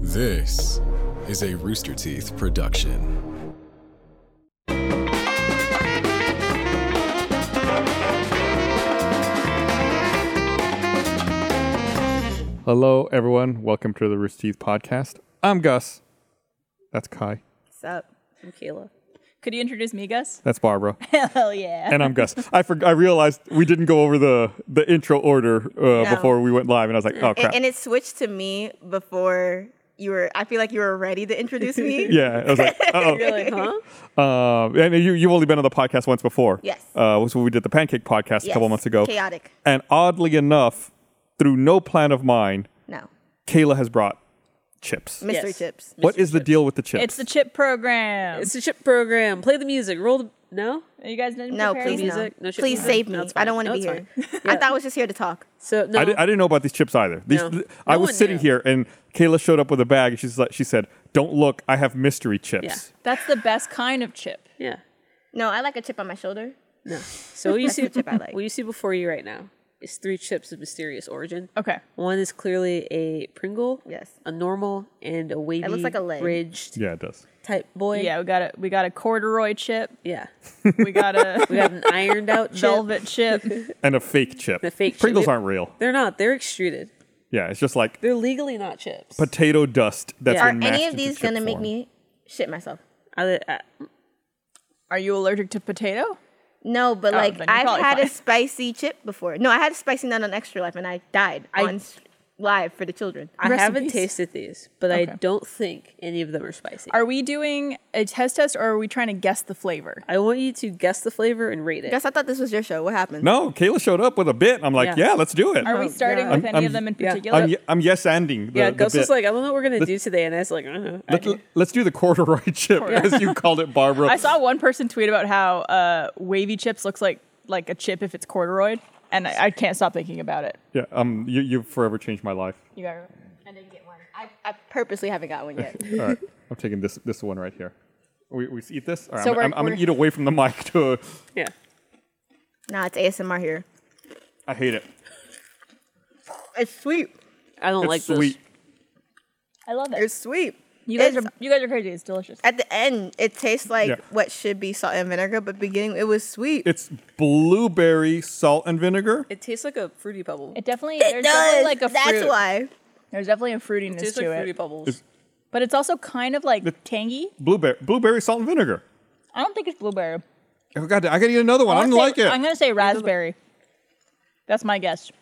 This is a Rooster Teeth production. Hello, everyone. Welcome to the Rooster Teeth podcast. I'm Gus. That's Kai. What's up? I'm Kayla. Could you introduce me, Gus? That's Barbara. Hell yeah. And I'm Gus. I for, I realized we didn't go over the the intro order uh, before we went live, and I was like, oh crap. And, and it switched to me before you were. I feel like you were ready to introduce me. yeah, I was like, oh. You're like, huh? Um, and you you've only been on the podcast once before. Yes. Uh, was when we did the pancake podcast a couple Yes. months ago. Chaotic. And oddly enough, through no plan of mine, No. Kayla has brought chips. Mystery Yes. chips. What is the deal with the chips? It's the chip program. It's a chip program. Play the music. Roll the no. you guys didn't No, prepare please these? music, no. no shit please music. save me. No, it's I don't fine. want to No, be it's here. I thought I was just here to talk. So no. I, did, I didn't know about these chips either. These, No. th- No I was one sitting knew. here and Kayla showed up with a bag and she's like, she said, "Don't look, I have mystery chips." That's the best kind of chip. yeah. No, I like a chip on my shoulder. No. So what you see? the chip I like. What you see before you right now is three chips of mysterious origin. Okay. One is clearly a Pringle. Yes. A normal and a wavy. like a leg. Ridged Yeah, it does. type boy. Yeah, we got a we got a corduroy chip. Yeah. We got a We have an ironed out chip. velvet chip. And a fake chip. A fake chip. Pringles They- aren't real. They're not. They're extruded. Yeah, it's just like They're legally not chips. potato dust. That's Yeah. Are been mashed any of into these chip gonna make form. me shit myself? I, I, Are you allergic to potato? No, but Oh, like then you're I've probably had fine. a spicy chip before. No, I had a spicy nut on Extra Life, and I died I- on s- live for the children. I Rest in haven't peace. tasted these, but Okay. I don't think any of them are spicy. Are we doing a test test or are we trying to guess the flavor? I want you to guess the flavor and rate it. Guess I thought this was your show. What happened? No, Kayla showed up with a bit. I'm like, Yeah. yeah, let's do it. Are we Oh, starting God. with I'm- any I'm- of them in yeah. particular? I'm, I'm yes ending. The, Yeah, the Gus bit. was like, I don't know what we're gonna Let- do today, and I was like, I don't know. I Let, do. us do the corduroy chip, as you called it, Barbara. I saw one person tweet about how uh, wavy chips looks like like a chip if it's corduroyed, and I, I can't stop thinking about it. Yeah, um, you, you've forever changed my life. You got I didn't get one. I, I purposely haven't got one yet. All right, I'm taking this this one right here. We, we eat this. All right, So I'm, we're- I'm, I'm gonna we're- eat away from the mic to. yeah. nah, it's ASMR here. I hate it. It's sweet. I don't It's like sweet. I love it. It's sweet. You guys It's- are you guys are crazy. It's delicious. At the end, it tastes like Yeah. what should be salt and vinegar, but beginning it was sweet. It's blueberry salt and vinegar. It tastes like a fruity pebble. It definitely there's definitely like a That's fruit. why. There's definitely a fruitiness tastes like to fruity it, pebbles. but it's also kind of like tangy. Blueberry blueberry salt and vinegar. I don't think it's blueberry. Oh god, I gotta eat another one. I, don't I'm gonna like say- it. I'm gonna say raspberry. That's my guess.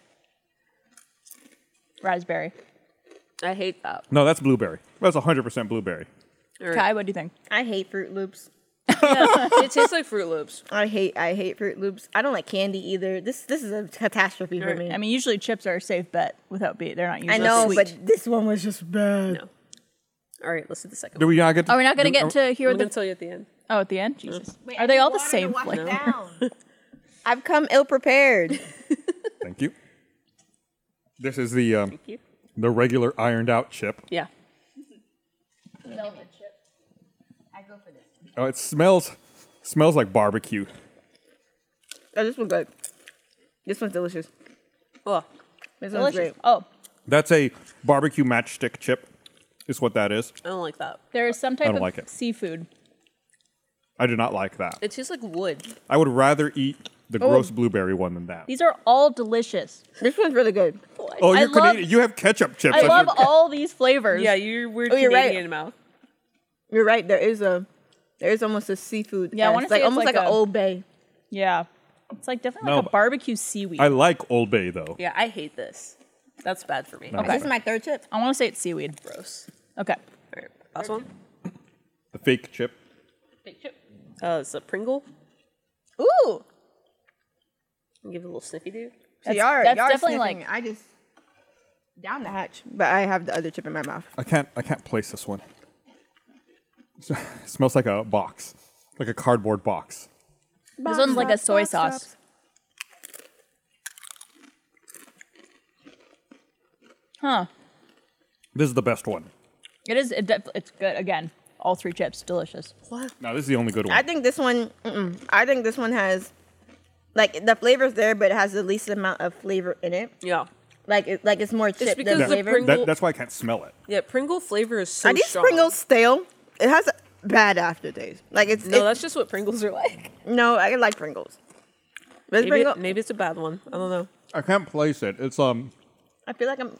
Raspberry. I hate that. no, that's blueberry. That's 100% blueberry. Kai, what do you think? I hate Fruit Loops. it tastes like Fruit Loops. I hate I hate Fruit Loops. I don't like candy either. This this is a catastrophe for me. I mean, usually chips are a safe bet without beet. They're not I usually know, sweet. but this one was just bad. No. All right, let's do the second. Do one. we not get? To, Are we not gonna do- get are- to hear I'm gonna the tell you at the end. oh at the end? Jesus, are they all the same? flavor? I've come ill prepared. Thank you. This is the um, you. the regular ironed out chip. Yeah. Oh, it smells smells like barbecue. oh, this one's good. This one's delicious. Oh, This one's Delicious. great. Oh, That's a barbecue matchstick chip. Is what that is. I don't like that. there is some type don't of like it. seafood. I do not like that. It tastes like wood. I would rather eat the gross blueberry one than that. These are all delicious. This one's really good. Oh, I you're love- Canadian. You have ketchup chips. I That's love what- all these flavors. Yeah, you're weird Oh, you're right. Canadian mouth. You're right. There is a there is almost a seafood. Yeah, I ass, wanna like say it's almost like like, a- an Old Bay. Yeah. It's like definitely like No, a barbecue seaweed. I I, like Old Bay though. Yeah, I hate this. That's bad for me. Okay. This is my third chip. want to say it's seaweed. Gross. Okay. All right, last one. The fake chip. Uh, it's a Pringle. Ooh, I'll give it a little sniffy do. So That's- y'all are, that's y'all are definitely sniffing. like- I just down the hatch, but I have the other chip in my mouth. I can't. I can't place this one. It smells like a box, like a cardboard box. this one's like a soy box, sauce. box. Huh. This is the best one. It is. It def- it's good. Again, all three chips. Delicious. No, this is the only good one. I think this one. Mm-mm, I think this one has like the flavor's there, but it has the least amount of flavor in it. Yeah. Like it, like it's more chip because than the flavor. Pring- That, that's why I can't smell it. Yeah, Pringle flavor is so Are these strong. Pringles stale? It has a bad aftertaste. Like it's No, it- that's just what Pringles are like. no. I like Pringles. This Maybe, Pringle- maybe it's a bad one. I don't know. I can't place it. It's um. I feel like I'm.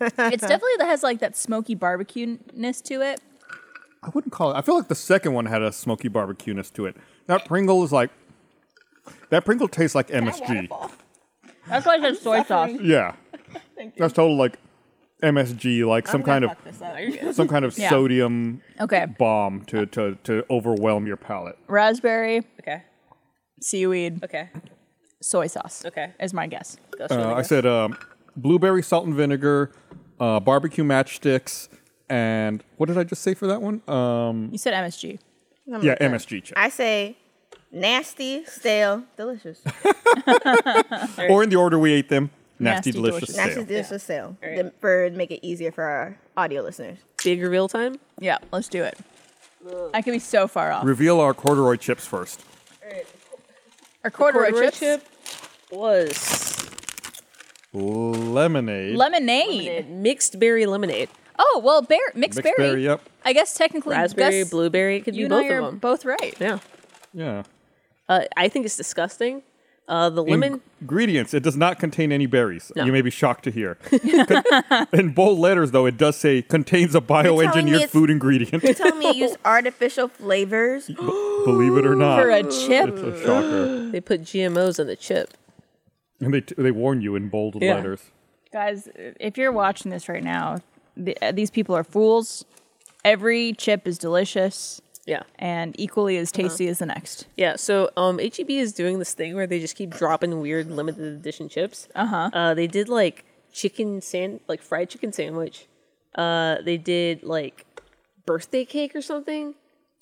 It's definitely that has like that smoky barbecue ness to it. I wouldn't call it. I feel like the second one had a smoky barbecue ness to it. That Pringle is like. That Pringle tastes like MSG. That's why I said soy sauce. Yeah. That's total like MSG, like some kind of some kind of Yeah. sodium Okay. bomb to, to to overwhelm your palate. Raspberry, Okay. seaweed, Okay. soy sauce. Okay. Is my guess. That's Uh, really I good. said um, blueberry salt and vinegar, uh, barbecue matchsticks, and what did I just say for that one? Um, You said MSG. yeah, MSG chip. I say nasty, stale, delicious. Or in the order we ate them, nasty, Nasty, delicious, delicious. Nasty, stale. delicious, stale. Alright. Then For to make it easier for our audio listeners. big reveal time. Yeah, let's do it. I could be so far off. Reveal our corduroy chips first. Or corduroy, Corduroy chips. chip was Lemonade. Lemonade. mixed berry lemonade, Oh well, bear, mixed, Mixed berry. berry, yep. I guess technically, raspberry, Gus, blueberry. It could You and be both I are of them. both right. yeah. yeah. Uh, I think it's disgusting. Uh, the In- lemon. ingredients. It does not contain any berries. No. You may be shocked to hear. in bold letters, though, it does say contains a me bioengineered it's- food ingredient. Tell me you use artificial flavors. Believe it or not, for a chip. Uh, it's a shocker. they put GMOs in the chip. And they they warn you in bold Yeah. letters. Guys, if you're watching this right now, th- uh, these people are fools. Every chip is delicious Yeah. and equally as tasty as the next. Yeah, so um, HEB is doing this thing where they just keep dropping weird limited edition chips. Uh-huh. Uh They did like chicken sand, like fried chicken sandwich. Uh, they did like birthday cake or something,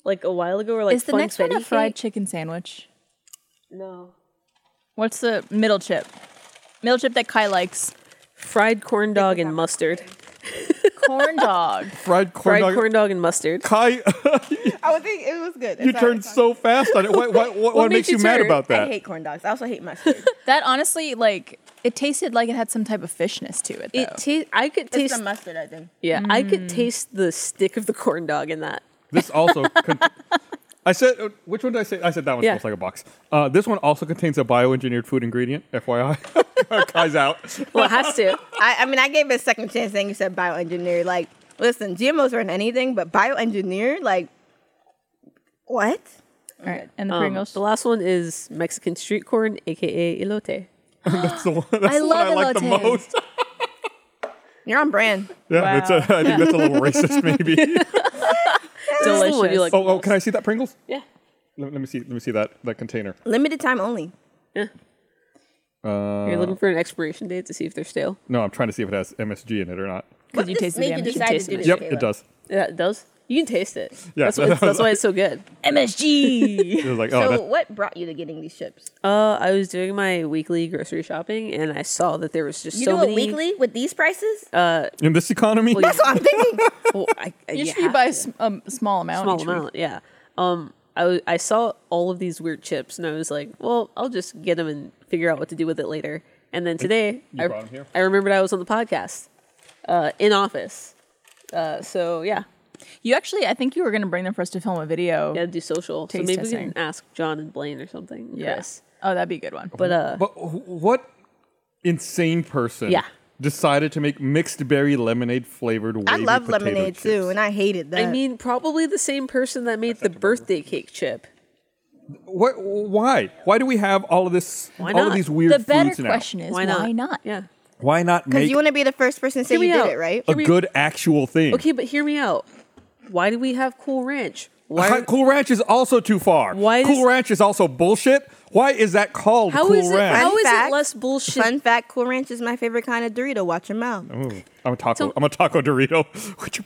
like a while ago, or like is the next one a funfetti fried cake. chicken sandwich? No, What's the middle chip? Middle chip that Kai likes. fried corn dog and mustard, Corn dog. Fried corn fried dog. corn dog and mustard. Kai, I would think it was good. you turned so fast on it. What, what, what, what made makes you you mad turn? about I that? hate corn dogs. I also hate mustard. That honestly, like, it tasted like it had some type of fishness to it. Though. It ta- I could it's taste. the mustard, I think. yeah, I Hmm. could taste the stick of the corn dog in that. This also. Con- I said, oh, which one did I say? I said that one Yeah. smells like a box. Uh, this one also contains a bioengineered food ingredient, FYI. Kai's out. Well, it has to. I, I mean, I gave it a second chance saying you said bioengineered. Like, listen, GMOs aren't anything, but bioengineered, like, what? All right, and the Um, Pringles. the last one is Mexican street corn, aka elote. That's the one, that's I the love one I like the elotes. most. You're on brand. Yeah, that's a, I think that's a little racist, maybe. This is the one you Delicious. like oh, oh, can I see that Pringles? Yeah. Let, let me see. Let me see that that container. Limited time only. You're looking for an expiration date to see if they're stale. No, I'm trying to see if it has MSG in it or not. Because you tasted the make you damage. decide to taste do it. this, Yep, Caleb? it does. Yeah, it does. You can taste it. Yeah, that's, that why it's, was- that's why it's so good. MSG. It was like, oh, So, that- what brought you to getting these chips? Uh, I was doing my weekly grocery shopping and I saw that there was just You so do many. it weekly with these prices? in this economy, That's what I'm thinking. Oh, I, I, Usually you you buy a have s- um, small amount. small each week. amount. Yeah. Um, I w- I saw all of these weird chips and I was like, well, I'll just get them and figure out what to do with it later. And then today, you I, brought 'em here? I remembered I was on the podcast, uh, in office. Uh, so yeah, You actually, I think you were going to bring them for us to film a video. gotta do social. Taste so maybe we testing. can ask John and Blaine or something. Yes. Yes. Oh, that'd be a good one. But uh, but wh- what insane person Yeah. decided to make mixed berry lemonade flavored? I wavy love potato lemonade chips? too, and I hated that. I mean, probably the same person that made the birthday cake chip. What? Why? Why do we have all of this? Why all of not? these weird the better foods now? question is Why not? Yeah. Yeah. Why not because make you want to be the first person to say Hear you me did out. it, right? a good actual thing? Okay, but hear me out. Why do we have Cool Ranch? Why? Hi- Cool Ranch is also too far. Why cool does- Ranch is also bullshit. Why is that called How Cool is it? Ranch? How is Fun it fact. less bullshit? Fun fact: Cool Ranch is my favorite kind of Dorito. Watch your mouth. Ooh, I'm a taco. So- I'm a taco Dorito. Which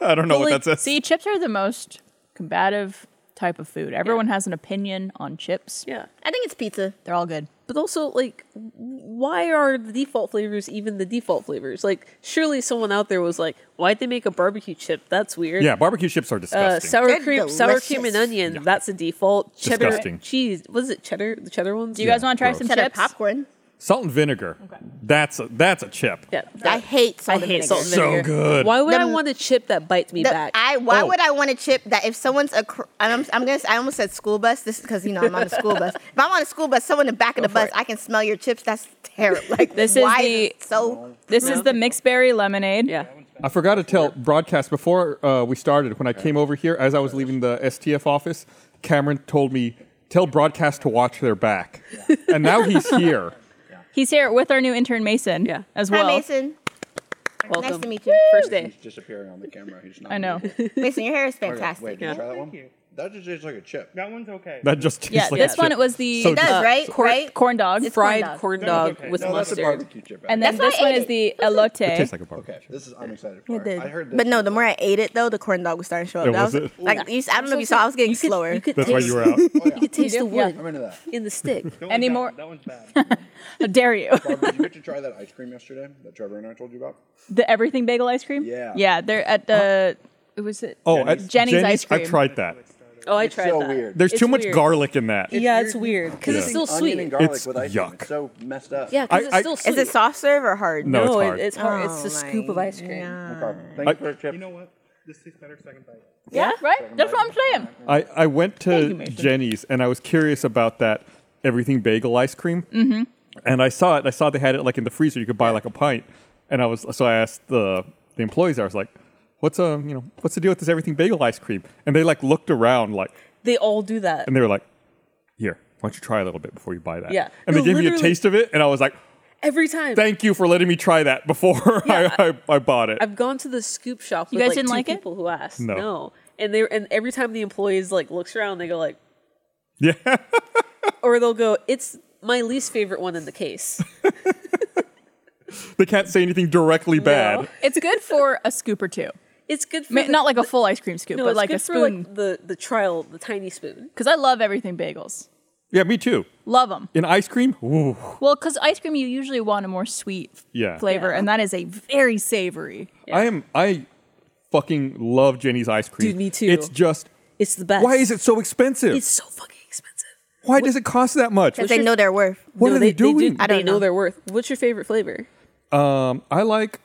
I don't know But, what like, that says. See, chips are the most combative type of food. Everyone has an opinion on chips. Yeah, I think it's pizza. They're all good. but also like, why are the default flavors even the default flavors? Like, surely someone out there was like, why'd they make a barbecue chip? That's weird. yeah, barbecue chips are Uh, disgusting. sour They're cream, sour cream delicious. and onion. That's a default. Cheddar Disgusting. cheese. Was it cheddar? The cheddar ones. Do you guys want to try gross. some Cheddar chips? popcorn. Salt and vinegar. That's a, that's a chip. Yeah, I that- hate I salt. and hate vinegar. salt and So vinegar. good. Why would I The- want a chip that bites me The- back? I why Oh. would I want a chip that if someone's a cr- and I'm, I'm gonna say- I almost said school bus this because you know I'm on a school bus if I'm on a school bus someone in the back of the for bus it. I can smell your chips that's terrible like This is why the- it so This is the mixed berry lemonade. yeah, I forgot to tell broadcast before uh, we started when I came over here as I was leaving the STF office. Cameron told me tell broadcast to watch their back, and now he's here. He's here with our new intern Mason. Yeah. As hi well. Mason welcome. nice to meet you First day. He's disappearing on the camera. He's not. Eh. I know. moving. Mason your hair is Okay, fantastic Wait, did you Yeah. try that one? Thank you. That just tastes like a chip. That one's okay. That just tastes Yeah, like this a one chip. it was the So It does, uh, right? corn, Right? corn dog, It's fried corn dog. corn That dog was okay. with No, that's a mustard. barbecue chip. and then That's what this I one ate is it. the elote. It tastes like a barbecue. okay, this is. I'm excited. It For it. did. I heard. Oh, This but no the more I ate it though the corn dog was starting to show up Yeah, That was it? like you, I don't know if you saw I was getting slower You could That's why taste- you were out. Oh, yeah. You could taste the wood I'm into that. in the stick. That one's Any bad. more- That one's bad. How dare you? Barb, did you get to try that ice cream yesterday that Trevor and I told you about? the everything bagel ice cream. Yeah. Yeah, they're at the. It was it. Oh, at Jenny's ice I cream. tried that. Oh, I tried so that. weird. There's too It's much weird. garlic in that. Yeah, it's weird because it's Yeah. still Onion and sweet. garlic It's with ice cream. yuck. It's so messed up. Yeah, because I- it's I- still Is sweet. is it soft serve or hard No, it's it- hard. it's hard. Oh it's a scoop of my ice cream. Mm. Carmen, Thank you for the chip. you know what? This tastes better second bite. Yeah, right. That's what I'm saying. I, I went you, to Mason. Jenny's and I was curious about that everything bagel ice cream. Mm-hmm. And I saw it. I saw they had it like in the freezer. You could buy like a pint. And I was so I asked the the employees. I was like, "What's a you know what's the deal with this everything bagel ice cream?" And they like looked around like They all do that. and they were like, "Here, why don't you try a little bit before you buy that?" Yeah. And they No, gave me a literally- taste of it, and I was like, Every time. "Thank you for letting me try that before Yeah, I, I I bought it." I've gone to the scoop shop. With guys like didn't two like it? people who asked. No. No. and they and every time the employees like looks around, they go like, yeah. or they'll go, it's my least favorite one in the case. they can't say anything directly bad. It's good for a scoop or two. It's good for Ma- the- Not like a full ice cream scoop, no, but it's like good a for, like, spoon. the the trial, the tiny spoon. Because I love everything bagels. Yeah, me too. Love them. In ice cream, ooh. Well, because ice cream, you usually want a more sweet f- Yeah. flavor, Yeah. and that is a very savory. I am I fucking love Jenny's ice cream. Dude, me too. It's just It's the best. why is it so expensive? It's so fucking expensive. why does it cost that much? because they know their worth What No, are they, do- doing? They, I don't know. know. their worth. What's your favorite flavor? um, I like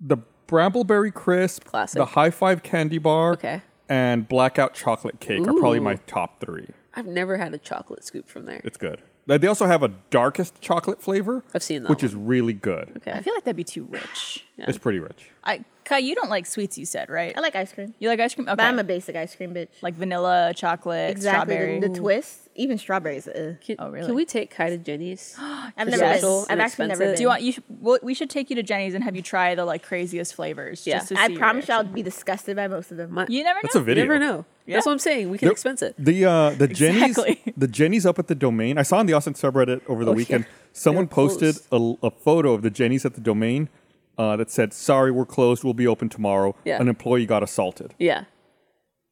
the Brambleberry Crisp, Classic. the High Five Candy Bar, Okay. and Blackout Chocolate Cake are probably Ooh. my top three. I've never had a chocolate scoop from there. It's good. Now, They also have a darkest chocolate flavor. I've seen that which one. is really good. I feel like that'd be too rich. It's pretty rich. I, Kai, you don't like sweets, you said, right? I like ice cream you like ice cream? Okay. but I'm a basic ice cream bitch like vanilla, chocolate, exactly strawberry. the, the twist even strawberries uh. Can, Oh, really? Can we take Kai to Jenny's? I've Is never it been. special I've and actually never expensive? been. Do you want you? Should, well, we should take you to Jenny's and have you try the like craziest flavors. Yeah. just to see I your promise you, I'll reaction. be disgusted by most of them. My- You never know. That's a video. You never know. Yeah. That's what I'm saying. We can Nope. expense it. The uh, the Jenny's Exactly. the Jenny's up at the domain. I saw in the Austin subreddit over the Oh, yeah. weekend someone They're closed. posted a, a photo of the Jenny's at the domain uh, that said, "Sorry, we're closed. We'll be open tomorrow." Yeah. An employee got assaulted. Yeah.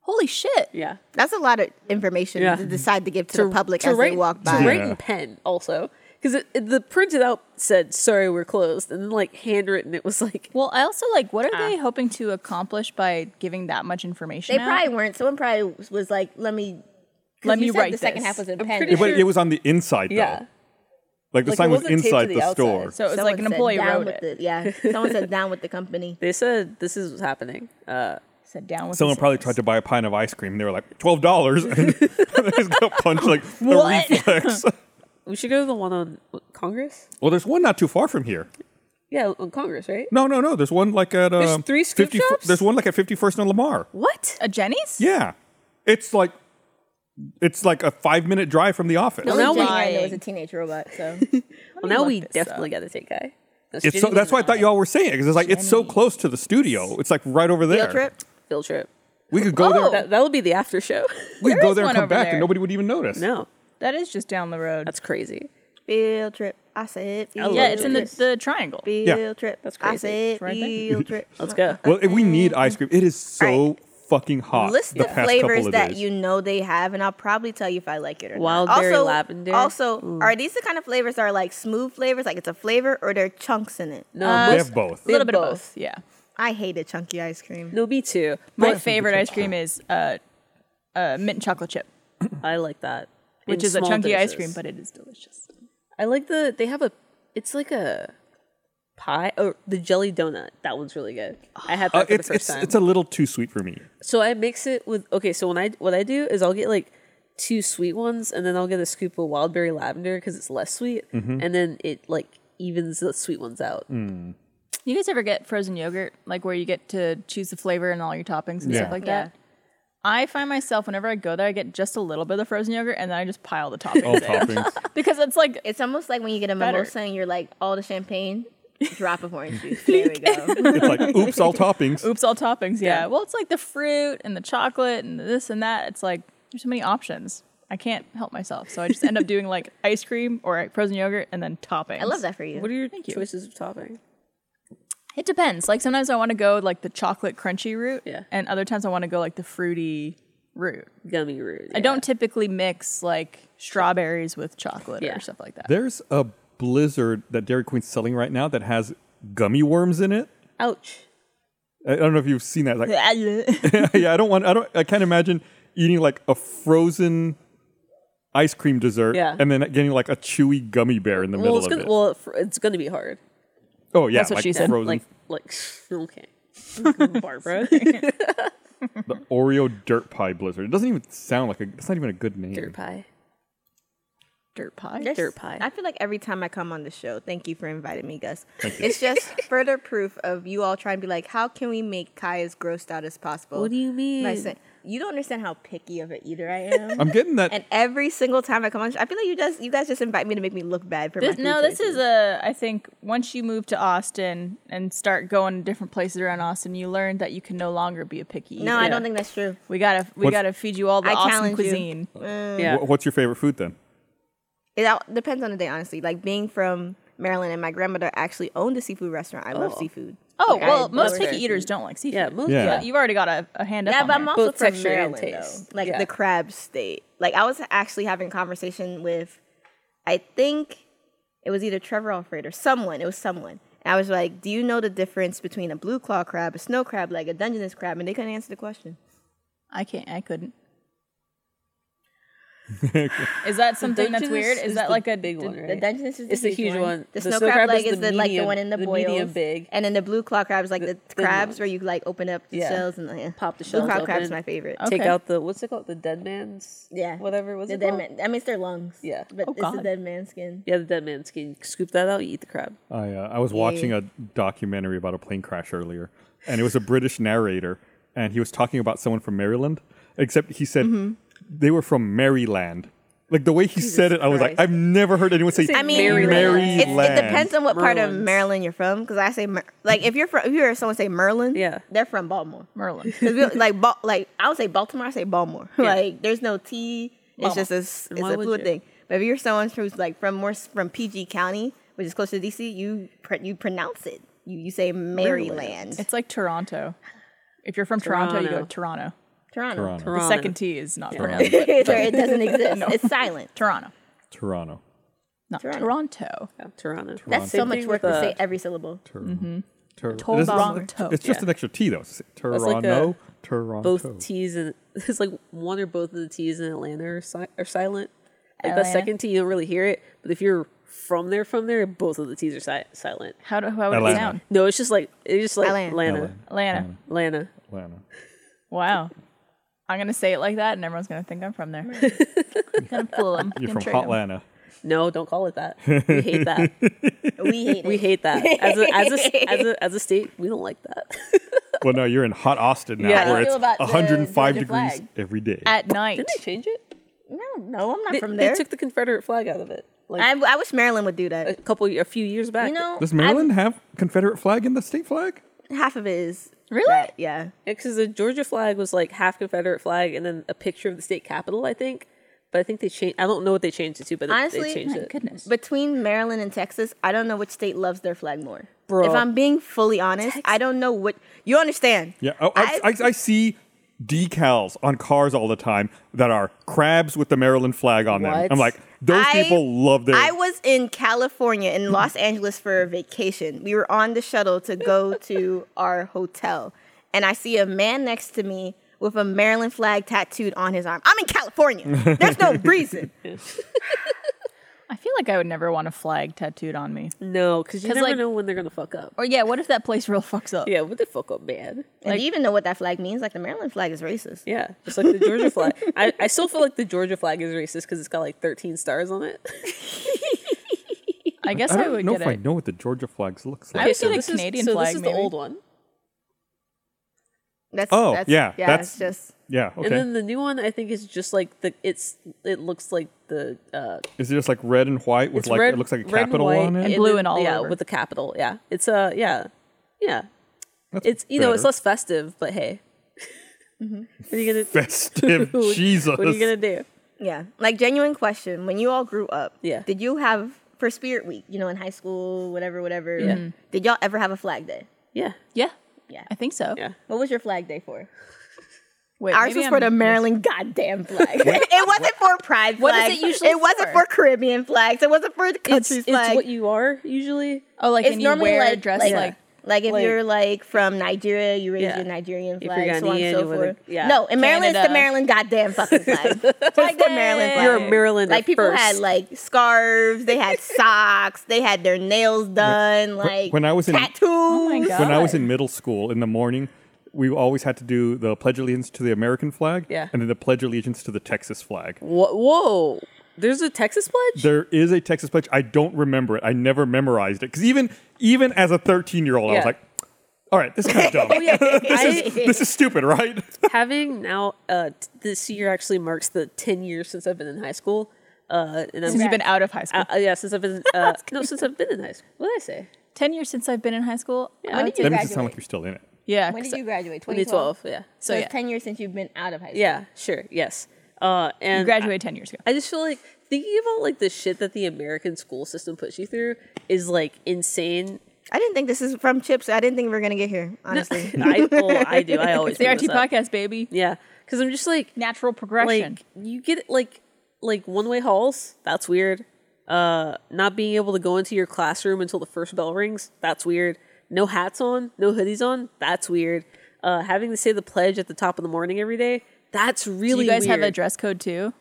Holy shit! Yeah. That's a lot of information Yeah. to decide to give to, the public to as write, they walk to by. write Yeah. in pen also because it, it- the printed out said sorry we're closed and then like handwritten it was like Well, I also like. What are they hoping to accomplish by giving that much information? They out? probably weren't. Someone probably was like, "Let me." 'cause Let you me said write The second this. half was in I'm pen. pretty It, right? but sure- it was on the inside though. yeah Like the Like, it sign was wasn't taped to inside the the, outside. store. So it was Someone like an said, employee "Down wrote with it. the-" yeah, someone said down with the company. they said this is what's happening uh Said down with Someone the probably sickness. tried to buy a pint of ice cream. and They were like twelve dollars. and They got punched like What? a reflex. we should go to the one on what, congress well, there's one not too far from here. yeah on congress right No, no, no. There's one like at uh, There's three scoop 50 shops? There's one like at 51st and Lamar. what a Jenny's. Yeah, it's like it's like a five minute drive from the office. Only now we- Jenny I know is a Lying. teenage robot, so well now look we this definitely got to take guy That's It's so, that's why I thought y'all were saying it because it's like it's so close to the studio. It's like right over there. field trip. field trip We could go Oh. there. that, that would be the after show We could There go is there and one come over back, there. and nobody would even notice. no That is just down the road. that's crazy Field trip. I said. Field yeah, it's in the, trip. the triangle. field Yeah. trip. That's I crazy. said It's right there. field trip. let's go Well, if we need ice cream. It is so Alright. fucking hot. List the, the past flavors couple of that days. you know they have, and I'll probably tell you if I like it or Wild not. berry also, lavender. Also, are these the kind of flavors that are like smooth flavors, like it's a flavor, or there are chunks in it? no They most- have both. A little have bit of both. Yeah. I hated chunky ice cream. no me too My favorite ice cream is uh, uh, mint chocolate chip, i like that which In is a small chunky ice doses. cream, but it is delicious. I like the they have a It's like a pie or the jelly donut. That one's really good. I had that Uh, for it's the first it's, time. it's a little too sweet for me. so I mix it with okay. So when I what I do is I'll get like two sweet ones, and then I'll get a scoop of wild berry lavender because it's less sweet, Mm-hmm. and then it like evens the sweet ones out. Mm. You guys ever get frozen yogurt, like where you get to choose the flavor and all your toppings and Yeah. stuff like that? I find myself whenever I go there, I get just a little bit of frozen yogurt, and then I just pile the toppings All in. toppings. because it's like It's almost like when you get a Better. mimosa and you're like, all the champagne, drop of orange juice. There we go. It's like oops, all toppings. oops, all toppings. Yeah. Yeah. Well, it's like the fruit and the chocolate and this and that. It's like there's so many options. I can't help myself, so I just end up doing like ice cream or frozen yogurt and then toppings. I love that for you. What are your you. choices of topping? It depends. Like sometimes I want to go like the chocolate crunchy route, Yeah. and other times I want to go like the fruity route. Gummy root. I don't typically mix like strawberries with chocolate Yeah. or stuff like that. There's a blizzard that Dairy Queen's selling right now that has gummy worms in it. Ouch. I I don't know if you've seen that. Like, yeah, I don't want. I don't. I can't imagine eating like a frozen ice cream dessert Yeah. and then getting like a chewy gummy bear in the Well, middle it's of gonna it. well, fr- it's gonna be hard. oh yeah, That's what like she said. frozen Like like okay, Barbara. the Oreo dirt pie blizzard. It doesn't even sound like a. It's not even a good name. Dirt pie. Dirt pie. There's- dirt pie. I feel like every time I come on the show, thank you for inviting me, Gus. It's just further proof of you all trying to be like, how can we make Kai as grossed out as possible? What do you mean? By saying- you don't understand how picky of an eater I am. I'm getting that. and every single time I come on, the show, I feel like you guys, you guys just invite me to make me look bad for This, my food no, this is choices. a. I think once you move to Austin and start going to different places around Austin, you learn that you can no longer be a picky eater. No, I don't think that's true. we gotta we What's- gotta feed you all the I Austin challenge you. cuisine. yeah. Wh- What's your favorite food then? It all depends on the day, honestly. Like being from Maryland and my grandmother actually owned a seafood restaurant. I love seafood. Oh Like, I well, adore most it. picky eaters don't like seafood. yeah, most Yeah. yeah. You've already got a, a hand up. Yeah, on but I'm there. also Both from texture and Maryland, taste. though. Like Yeah. the crab state. Like I was actually having a conversation with, I think it was either Trevor Alfred or someone. It was someone. And I was like, "Do you know the difference between a blue claw crab, a snow crab, like a Dungeness crab?" And they couldn't answer the question. I can't. I couldn't. is that something that's Dungeness weird? Is, is that the like a big one, d- right? The Dungeness is the It's the huge, huge one. The, The snow, snow crab, crab leg is is the, the like the medium- one in the, the boils. medium big. And then the blue claw crab is like the, thin crabs one. where you like open up the Yeah. shells and yeah. Pop the Blue shells claw open. crab is my favorite. Take Okay. out the what's it called? The dead man's Yeah. whatever was The it dead called? man. I mean, it's their lungs. Yeah. But Oh, it's the God. dead man skin. Yeah, the dead man's skin. Scoop that out. You eat the crab. I uh, I was watching a documentary about a plane crash earlier, and it was a British narrator, and he was talking about someone from Maryland. Except he said they were from Maryland. Like the way he said it, I was like, Christ. I've never heard anyone say. Say I mean, Maryland. Maryland. It's, it depends on what part of Merlins. Maryland you're from. Because I say, Mer- like, if you're from, if you hear someone say Merlin, Yeah. they're from Baltimore. Merlin. 'Cause we, like, ba- like I would say Baltimore, I say Baltimore. Like, there's no T. It's just a, s- And it's why a would fluid you? thing. But if you're someone who's like from more s- from PG County, which is close to DC, you pr- you pronounce it. You you say Maryland, It's like Toronto. If you're from Toronto, you go Toronto. Toronto. Toronto. The Ramen. second T is not pronounced. It's- or it doesn't exist. It's silent. Toronto, Toronto. not Toronto. Toronto. Yeah, Toronto. That's so Same much thing work with to the- say every syllable. Tur- Tur- it Toronto. is- It's just Yeah. an extra T though. It's Toronto. like a- Toronto. Both T's and it's like one or both of the T's in Atlanta are, si- are silent. Like that Atlanta. second T, you don't really hear it. But if you're from there, from there, both of the T's are si- silent. How do how would Atlanta. it sound? No, it's just like it's just like Atlanta. Atlanta. Atlanta. Atlanta. Atlanta. Wow. I'm gonna say it like that, and everyone's gonna think I'm from there. gonna fool 'em. You're Gonna from trick 'em. Hotlanta. No, don't call it that. We hate that. We hate it. we hate that. As a, as a as a as a state, we don't like that. Well, no, you're in hot Austin now, Yeah. where How do you it's feel about the 105 Georgia degrees flag? every day. At night, Didn't they change it? no, no, I'm not They, from they there. took the Confederate flag out of it. Like I, I wish Maryland would do that. a couple a few years back. You know, Does Maryland have Confederate flag in the state flag? I'm- half of it is Really? that, yeah. because the Georgia flag was like half Confederate flag and then a picture of the state capitol, I think. But I think they changed. I don't know what they changed it to, but they- they Honestly, changed it. goodness. Between Maryland and Texas, I don't know which state loves their flag more. Bro. If I'm being fully honest, I don't know what you understand. Yeah, oh, I, I, I see decals on cars all the time that are crabs with the Maryland flag on them. What? I'm like, those I- people love their. I was in California in Los Angeles for a vacation. We were on the shuttle to go to our hotel, and I see a man next to me with a Maryland flag tattooed on his arm. I'm in California. There's no reason. I I feel like I would never want a flag tattooed on me. No, because you 'Cause, never like- know when they're gonna fuck up. Or yeah, what if that place real fucks up? Yeah, what the fuck up, man? and do you even know what that flag means? Like the Maryland flag is racist. Yeah, just like the Georgia flag. I, I still feel like the Georgia flag is racist because it's got like 13 stars on it. I guess I I, don't would know get if I it. know what the Georgia flags looks like. I would get a Canadian is, so flag, This is maybe. the old one, That's Oh, that's, yeah, yeah. that's- it's just yeah. Okay. and then the new one I think is just like the it's it looks like the uh, Is it just like red and white with it's like red, it looks like a red and capital white, on it? and blue then- and all yeah over. with the capital yeah it's uh yeah yeah That's it's you know it's better. less festive but hey what are you gonna festive. Jesus. what are you gonna do yeah. Like genuine question: When you all grew up, Yeah. did you have for Spirit Week? You know, in high school, whatever, whatever. Yeah. Mhm. Did y'all ever have a flag day? yeah Yeah, Yeah. I think so. Yeah. What was your flag day for? Wait, Ours maybe was I'm for the mis- Maryland goddamn flag. it wasn't for pride flags. What is it usually It wasn't for for? Caribbean flags. It wasn't for the it's, country it's flags. what you are usually Oh, like it's and you normally wear like, a dress like, like, like if like- you're like from Nigeria, you raise Yeah. your Nigerian If you're flag, so on Ghanaian, and you so wanna- forth. yeah. No, in Maryland, it's the Canada. Maryland goddamn fucking flag. it's the Maryland day. flag. you're a Marylander like people first. had like scarves, they had socks, they had their nails done, like when I was in- tattoos. my God. when I was in middle school in the morning, we always had to do the Pledge Allegiance to the American flag Yeah. and then the Pledge Allegiance to the Texas flag. Wha- whoa there's a Texas pledge There is a Texas pledge. I don't remember it. I never memorized it. Because even even as a 13 year old, I was Yeah. like, all right, this is kind of dumb. I- this is stupid, right? having now uh t- this year actually marks the 10 years since I've been in high school uh and I'm Since you've been out of high school, uh, uh, yeah since I've been uh no since I've been in high school what did I say ten years since I've been in high school. Yeah, When did you that makes it sound graduate? like you're still in it. yeah. When 'cause did you graduate? 2012 yeah So So, it's yeah. ten years since you've been out of high school. yeah sure yes uh and I graduated ten years ago. I just feel like thinking about like the shit that the American school system puts you through is like insane. I didn't think this is from Chips. I didn't think we were gonna get here. Honestly, I oh, I do. I always It's the bring RT this up. podcast, baby. Yeah, because I'm just like Natural progression. like you get like like one way halls. That's weird. Uh, not being able to go into your classroom until the first bell rings. That's weird. No hats on. No hoodies on. That's weird. Uh, having to say the pledge at the top of the morning every day. That's Do really you guys have a weird. dress code too?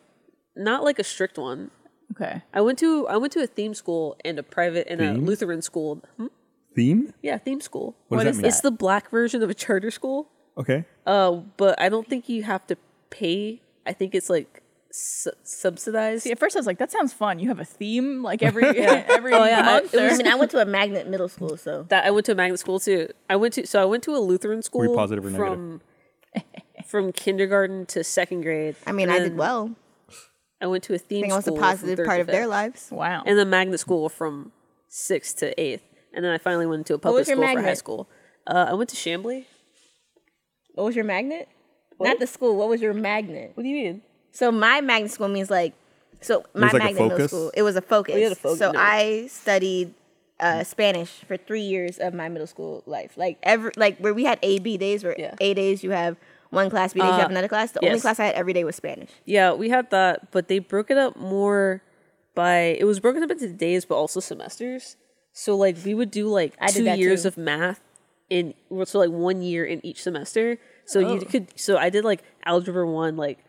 not like a strict one. Okay. I went to I went to a theme school and a private and a Lutheran school. Hmm? Theme? Yeah, theme school. What does What that is mean? It's the black version of a charter school, Okay. uh, but I don't think you have to pay. I think it's like su- subsidized. See, at first I was like, that sounds fun. You have a theme like every every Oh, yeah, I- month. it or- I mean, I went to a magnet middle school, so That I went to a magnet school too. I went to so I went to a Lutheran school. you positive or negative? from from kindergarten to second grade. I mean, and I then did well. I went to a theme I think it was a school from positive third part to of their fifth, lives. wow. and the magnet school from sixth to eighth, and then I finally went to a was public your school for high magnet? school. Uh, I went to Shambly. What was your magnet? Not the school. What was your magnet? What do you mean? So my magnet school means like, so my was like a magnet middle focus? school. It was a focus. Oh, had a focus, So no. I studied uh, Spanish for three years of my middle school life. Like every like where we had A B days, where Yeah. Uh, A days you have one class, B days you have another class. The only yes. class I had every day was Spanish. Yeah, we had that, but they broke it up more by it was broken up into days, but also semesters. So like we would do like I did two that years too. of math in so like one year in each semester. So you Oh. could so I did like algebra one like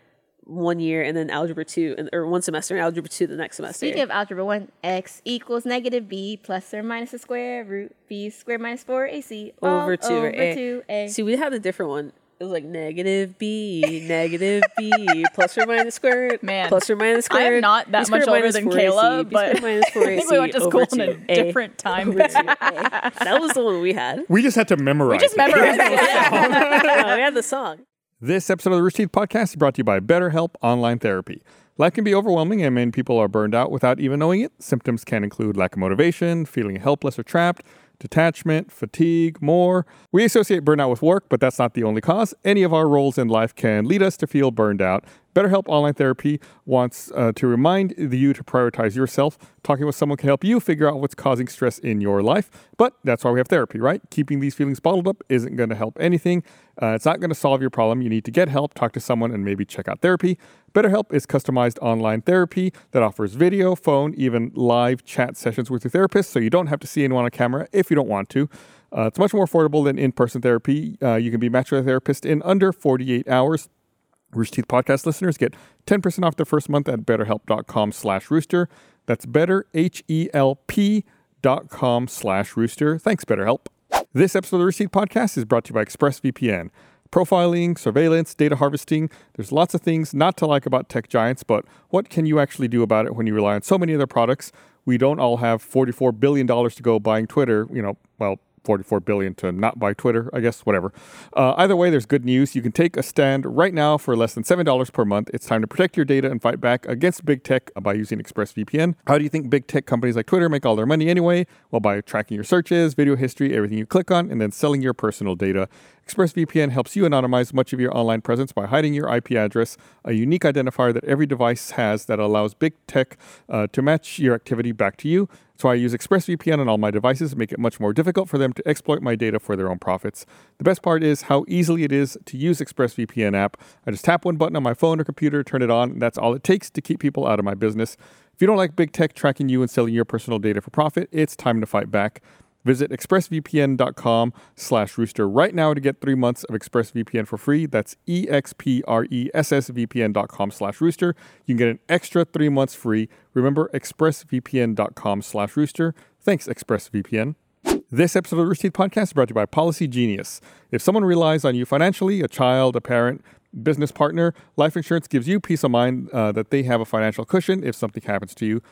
one year and then algebra two and or one semester and algebra two the next semester. Speaking of algebra one, x equals negative b plus or minus the square root b squared minus four ac all Oh, over eh. two over or a. two a. See, we had a different one. It was like negative b, negative b, plus or minus square root, Man, plus or minus I am square root, not b that squared much older minus than 4ac, Kayla, b but squared minus I think we went to 4ac school over in a 2a. different time. That was the one we had. We just had to memorize. Just it. memorize Yeah, we had the song. This episode of the Rooster Teeth Podcast is brought to you by BetterHelp Online Therapy. Life can be overwhelming, and many people are burned out without even knowing it. Symptoms can include lack of motivation, feeling helpless or trapped, detachment, fatigue, more. We associate burnout with work, but that's not the only cause. Any of our roles in life can lead us to feel burned out. BetterHelp Online Therapy wants uh, to remind you to prioritize yourself. Talking with someone can help you figure out what's causing stress in your life, but that's why we have therapy, right? Keeping these feelings bottled up isn't going to help anything. Uh, it's not going to solve your problem. You need to get help, talk to someone, and maybe check out therapy. BetterHelp is customized online therapy that offers video, phone, even live chat sessions with your therapist, so you don't have to see anyone on camera if you don't want to. Uh, it's much more affordable than in person therapy. Uh, you can be matched with a therapist in under 48 hours. Rooster Teeth podcast listeners get 10% off their first month at betterhelp.com slash rooster. That's betterhelp dot com slash rooster. Thanks, BetterHelp. This episode of the Receipt Podcast is brought to you by ExpressVPN. Profiling, surveillance, data harvesting, there's lots of things not to like about tech giants, but what can you actually do about it when you rely on so many of their products? We don't all have $44 billion to go buying Twitter, you know, well, 44 billion to not buy Twitter, I guess, whatever. Uh, either way, there's good news. You can take a stand right now for less than $7 per month. It's time to protect your data and fight back against big tech by using ExpressVPN. How do you think big tech companies like Twitter make all their money anyway? Well, by tracking your searches, video history, everything you click on, and then selling your personal data. ExpressVPN helps you anonymize much of your online presence by hiding your IP address, a unique identifier that every device has that allows big tech uh, to match your activity back to you. That's why I use ExpressVPN on all my devices to make it much more difficult for them to exploit my data for their own profits. The best part is how easily it is to use ExpressVPN app. I just tap one button on my phone or computer, turn it on, and that's all it takes to keep people out of my business. If you don't like big tech tracking you and selling your personal data for profit, it's time to fight back. Visit expressvpn.com slash rooster right now to get three months of ExpressVPN for free. That's E E-X-P-R-E-S-S-V-P-N.com slash rooster. You can get an extra three months free. Remember, expressvpn.com slash rooster. Thanks, ExpressVPN. This episode of the Rooster Teeth Podcast is brought to you by Policy Genius. If someone relies on you financially, a child, a parent, business partner, life insurance gives you peace of mind uh, that they have a financial cushion if something happens to you.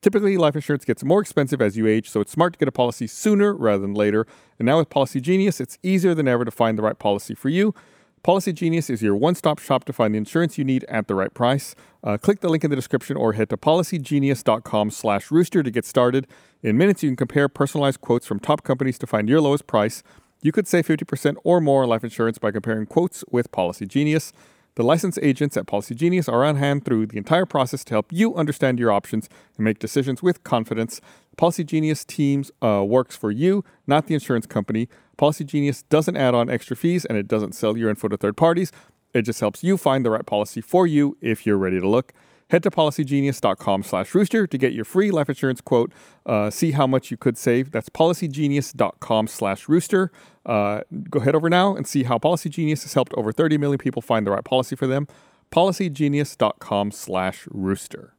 Typically, life insurance gets more expensive as you age, so it's smart to get a policy sooner rather than later. And now with Policy Genius, it's easier than ever to find the right policy for you. Policy Genius is your one stop shop to find the insurance you need at the right price. Uh, click the link in the description or head to policygenius.com slash rooster to get started. In minutes, you can compare personalized quotes from top companies to find your lowest price. You could save 50% or more on life insurance by comparing quotes with Policy Genius. The licensed agents at Policy Genius are on hand through the entire process to help you understand your options and make decisions with confidence. Policy Genius teams uh, works for you, not the insurance company. Policy Genius doesn't add on extra fees and it doesn't sell your info to third parties. It just helps you find the right policy for you if you're ready to look. Head to policygenius.com slash rooster to get your free life insurance quote. Uh, see how much you could save. That's policygenius.com slash rooster. Uh, go head over now and see how Policy Genius has helped over 30 million people find the right policy for them. Policygenius.com slash rooster.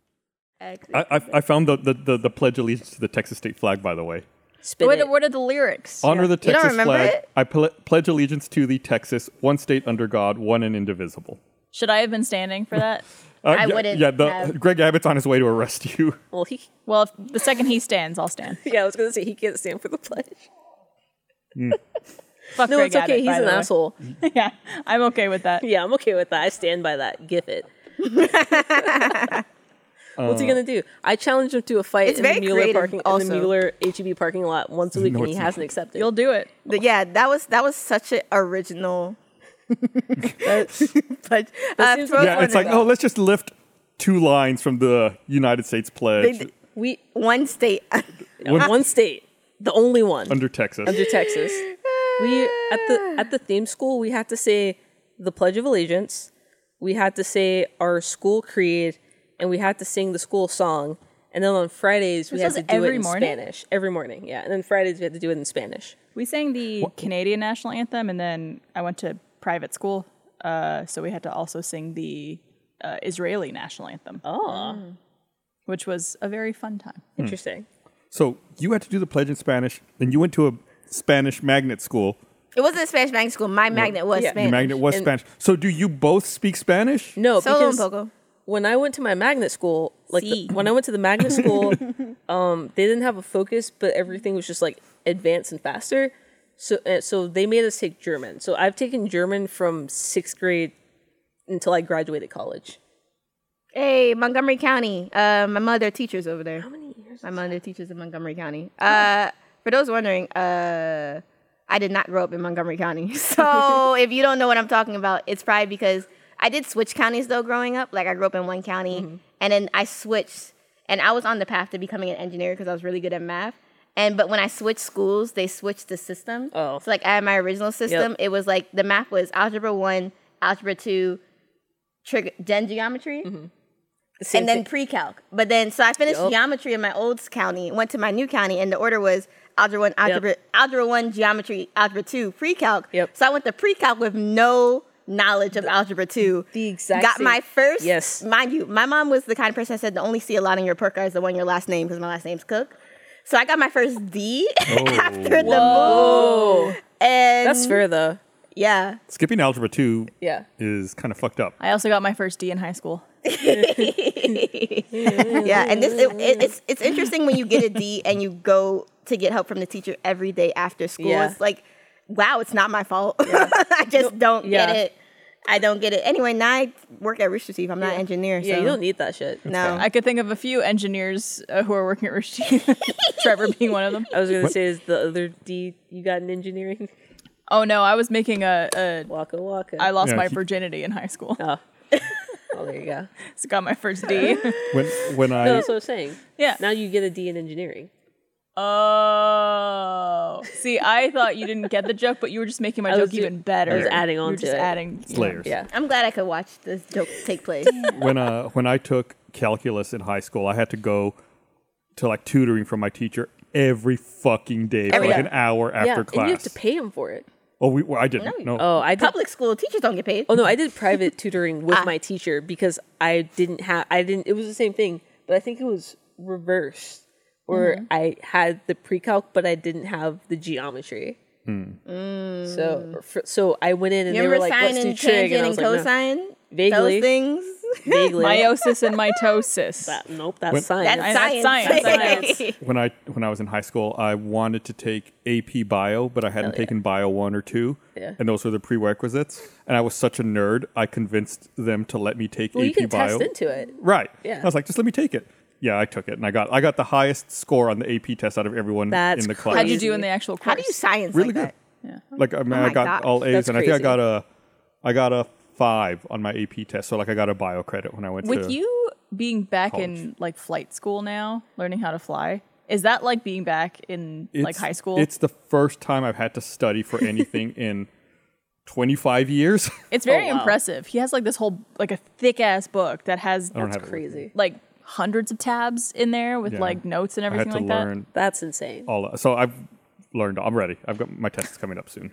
I, I, I found the, the, the, the pledge allegiance to the Texas state flag, by the way. Spit What, it. what are the lyrics? Honor the don't Texas remember flag. it? I ple- pledge allegiance to the Texas, one state under God, one and indivisible. Should I have been standing for that? Uh, I yeah, wouldn't Yeah, the, have- Greg Abbott's on his way to arrest you. Well, he. Well, if, the second he stands, I'll stand. Yeah, I was gonna say he can't stand for the pledge. Fuck No, Greg it's okay. Abbott, He's by an the way. asshole. yeah, I'm okay with that. Yeah, I'm okay with that. I stand by that. Give it. What's he gonna do? I challenged him to a fight It's in the very Mueller creative parking in also. the Mueller HEB parking lot once a week, No, and he it's not. hasn't accepted. You'll do it. Th- yeah, that was that was such an original. but uh, seems- throw Yeah, one it's like, in. oh, let's just lift two lines from the United States They pledge d- we one state. One- one state, the only one under Texas. under Texas. We at the at the theme school we had to say the Pledge of Allegiance. We had to say our school creed, and we had to sing the school song. And then on Fridays we This had was to do every it in morning? Spanish every morning. Yeah, and then Fridays we had to do it in Spanish. We sang the Canadian national anthem, and then I went to private school, uh, so we had to also sing the uh, Israeli national anthem, Oh, which was a very fun time. Hmm. interesting. so you had to do the pledge in Spanish, and you went to a Spanish magnet school. it wasn't a Spanish magnet school. My magnet was Your yeah. Your Spanish. magnet was And- Spanish. So do you both speak Spanish? No, Solo and because Poco. when I went to my magnet school, like the- Si. when I went to the magnet school, um, they didn't have a focus, but everything was just like advanced and faster. So uh, so they made us take German. So I've taken German from sixth grade until I graduated college. Hey, Montgomery County. Uh, my mother teachers over there. How many years? My mother teaches in Montgomery County. Uh, for those wondering, uh, I did not grow up in Montgomery County. So if you don't know what I'm talking about, it's probably because I did switch counties though growing up. Like I grew up in one county Mm-hmm. and then I switched and I was on the path to becoming an engineer because I was really good at math. And but when I switched schools, they switched the system. Oh. So like I had my original system. It was like the math was algebra one, algebra two, trig- then geometry Mm-hmm. Same and then thing. pre-calc. But then, so I finished Yup. geometry in my old county, went to my new county, and the order was algebra one, algebra, algebra one, geometry, algebra two, pre-calc. Yup. So I went to pre-calc with no knowledge of algebra two. the exact got same- my first. Yes. mind you, my mom was the kind of person that said the only C a lot in your report card is the one your last name because my last name's Cook. So I got my first D after the move, and That's fair though. Yeah, Skipping algebra two Yeah. is kind of fucked up. I also got my first D in high school. yeah, and this it, it, it's it's Mm-hmm. interesting when you get a D and you go to get help from the teacher every day after school. Yeah. It's like, wow, it's not my fault. I just don't yeah. get it. I don't get it. Anyway, now I work at Rooster Teeth. I'm not an engineer. So Yeah, you don't need that shit. no. I could think of a few engineers uh, who are working at Rich Trevor being one of them. I was gonna say is the other D you got in engineering? Oh no, I was making a. a Waka waka. I lost Yeah, my he- virginity in high school, oh. oh, there you go. so got my first D. When when No, I that's what I'm saying. Yeah. Now you get a D in engineering. Oh, see, I thought you didn't get the joke, but you were just making my I was joke ju- even better. I was adding You were on to just it. adding. layers. Yeah. I'm glad I could watch this joke take place. when uh when I took calculus in high school, I had to go to like tutoring from my teacher every fucking day for Every like day. an hour after yeah. class. And you have to pay him for it. Oh, we, well, I didn't. No, Oh, I did. Public school teachers don't get paid. oh no, I did private tutoring Ah. with my teacher because I didn't have. I didn't. It was the same thing, but I think it was reversed, where Mm-hmm. I had the pre-calc, but I didn't have the geometry. So, or fr- so I went in and you they were Hmm. remember like, "Let's sine do and trig," and tangent I and was like, no, cosine? Vaguely. Those things. vaguely. Meiosis and mitosis. That- nope, that's When- science. That's I- science. that's science. Science. when I when I was in high school, I wanted to take AP Bio, but I hadn't taken Bio one or two, Oh, Yeah. and those were the prerequisites. And I was such a nerd, I convinced them to let me take well, AP you can Bio. test into it. Right. Yeah. I was like, just let me take it. Yeah, I took it, and I got I got the highest score on the AP test out of everyone That's in the crazy. class. How'd you do in the actual course? How do you science really like good. that? Like I mean, I my got gosh. all A's, Oh That's and I think crazy. I got a, I got a five on my AP test. So like I got a bio credit when I went With to. you being back in college. like flight school now, learning how to fly, is that like being back in like It's- high school? It's the first time I've had to study for anything in twenty five years. It's very Oh, wow. impressive. He has like this whole like a thick ass book that has I don't That's have it with me. crazy. like hundreds of tabs in there with Yeah. like notes and I had everything to like that. learn That's insane. all. So I've learned. I'm ready. I've got my tests coming up soon.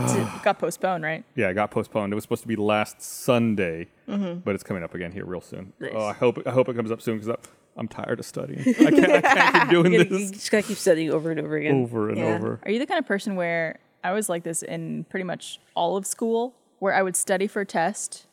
It got postponed, right? Yeah, it got postponed. It was supposed to be last Sunday, Mm-hmm. but it's coming up again here real soon. Nice. Oh, I hope I hope it comes up soon because I'm tired of studying. I can't, I can't keep doing You, gotta- you this Oh. just gotta keep studying over and over again. over and Yeah. over. Are you the kind of person where I was like this in pretty much all of school, where I would study for a test,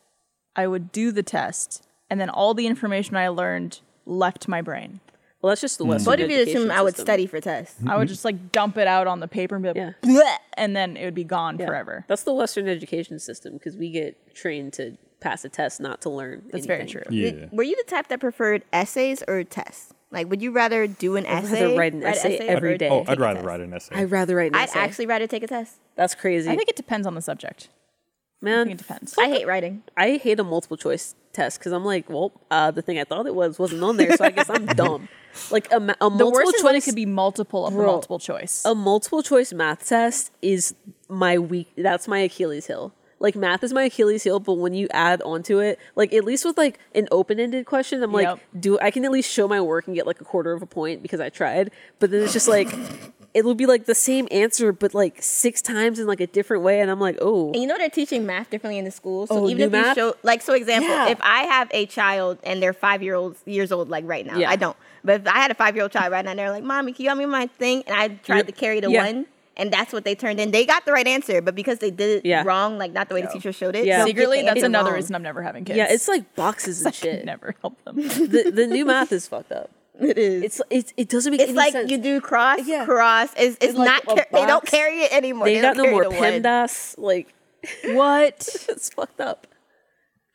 I would do the test, and then all the information I learned left my brain. Well, that's Hmm. just the Western What if you education assume I would system. study for tests? Mm-hmm. I would just like dump it out on the paper and be like, Yeah. "Bleh," and then it would be gone Yeah. forever. That's the Western education system because we get trained to pass a test, not to learn. That's very anything. true. Yeah. Did- were you the type that preferred essays or tests? Like, would you rather do an rather essay? write an essay every or day. Oh, take I'd a rather test? write an essay. I'd rather write an I'd essay. actually rather take a test. That's crazy. I think it depends on the subject. I Man, think it depends. I hate writing. I hate a multiple choice test because I'm like, well, uh, the thing I thought it was wasn't on there, so I guess I'm dumb. Like a, ma- a the multiple worst choice is when it could be multiple of the Bro. multiple choice. a multiple choice math test is my weak. That's my Achilles heel. Like math is my Achilles heel, but when you add onto it, like at least with like an open ended question, I'm like, Yep. do I can at least show my work and get like a quarter of a point because I tried. But then it's just like it'll be like the same answer, but like six times in like a different way, and I'm like, oh, And you know they're teaching math differently in the schools. So Oh, even new if you math? show, like, so example, Yeah. if I have a child and they're five year old years old, like right now, Yeah. I don't. But if I had a five year old child right now, and they're like, "Mommy, can you help me with my thing?" and I tried to carry the Yeah. one, and that's what they turned in. They got the right answer, but because they did it Yeah. wrong, like not the way the teacher showed it. Yeah. they'll get Secretly, the that's answer another wrong. reason I'm never having kids. yeah, it's like boxes and I could shit. never help them. the the new math is fucked up. It is. It's it, it doesn't make It's any like sense. you do cross, Yeah. cross. It's, it's In, not. like, a Car- they don't box. carry it anymore. they don't got no carry more the one. PEMDAS. Like what? it's fucked up.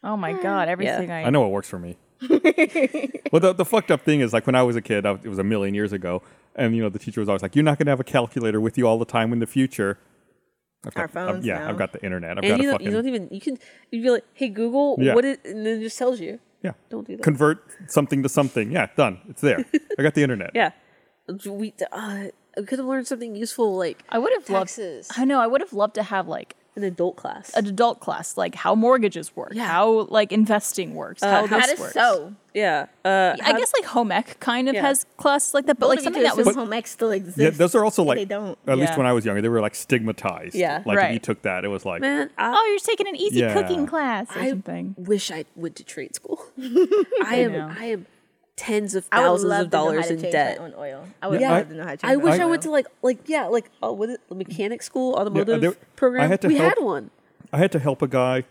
Oh my god! Everything I, I know what works for me. well, the, the fucked up thing is like when I was a kid, I, it was a million years ago, and you know the teacher was always like, "You're not going to have a calculator with you all the time in the future." I've Our got- I've- phones yeah, now. I've got the internet. I've and got you a don't, fucking you don't even you can you'd be like, hey Google, Yeah. what is and then it just tells you. yeah. don't do that. Convert something to something. Yeah, done. It's there. I got the internet. Yeah, we uh, we could have learned something useful like I would have loved. taxes. I know. I would have loved to have like an adult class. an adult class, like how mortgages work, how like investing works, Uh, how How this to works. sew. yeah. Uh, I guess like home ec kind of Yeah. has classes like that, but like something that was home ec still exists. Yeah, those are also like they don't. At least Yeah. when I was younger, they were like stigmatized. Yeah. like if you Right. took that, it was like man, I oh, you're taking an easy Yeah. cooking class or I something. wish I went to trade school. I know. am I am tens of I would thousands love of to know how dollars to in change debt. my own oil. I would Yeah. love to know how to change I my wish own I oil. went to like like yeah like oh was it mechanic school automotive there- program? I had to we help- had one. I had to help a guy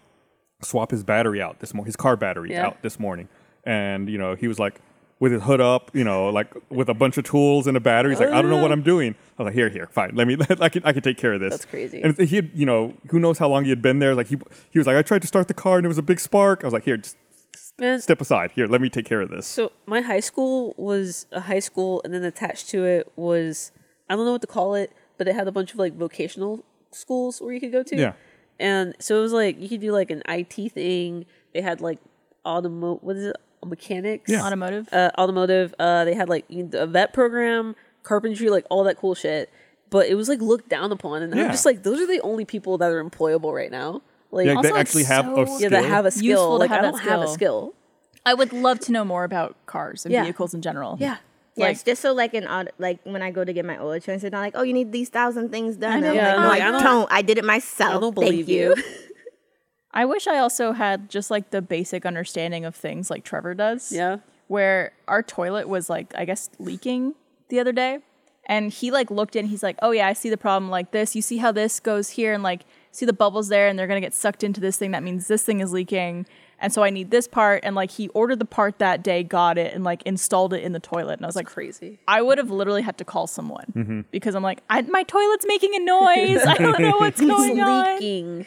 swap his battery out this morning, his car battery Yeah. out this morning. And, you know, he was like with his hood up, you know, like with a bunch of tools and a battery. He's like, I don't know what I'm doing. I was like, here, here, fine. Let me, I can, I can take care of this. Oh. That's crazy. And he had, you know, who knows how long he had been there. Like he, he was like, I tried to start the car and it was a big spark. I was like, here, just Man, step aside. Here, let me take care of this. So my high school was a high school, and then attached to it was I don't know what to call it, but it had a bunch of like vocational schools where you could go to. Yeah. And so it was like you could do like an IT thing. They had like automo what is it mechanics? Yeah. Automotive. Uh, automotive. Uh, they had like a vet program, carpentry, like all that cool shit. But it was like looked down upon, and Yeah. I'm just like, those are the only people that are employable right now. Like yeah, they also, it's actually have a so- skill. yeah, that have a Useful skill. to Like I have that don't have a skill. skill. I would love to know more about cars and Yeah. vehicles in general. Yeah. Yes, just so like an auto, like when I go to get my oil insurance, they're not like, oh, you need these thousand things done. I'm know. like, Yeah, no, like, I, I don't, don't- I did it myself. I Thank don't believe you. I wish I also had just like the basic understanding of things like Trevor does. Yeah. Where our toilet was like, I guess, leaking the other day. And he like looked in, he's like, Oh yeah, I see the problem like this. You see how this goes here and like see the bubbles there and they're gonna get sucked into this thing. That means this thing is leaking. And so I need this part. And like he ordered the part that day, got it, and like installed it in the toilet. And I was like, Crazy. I would have literally had to call someone because I'm like, I, my toilet's making a noise. I don't know what's going on. leaking.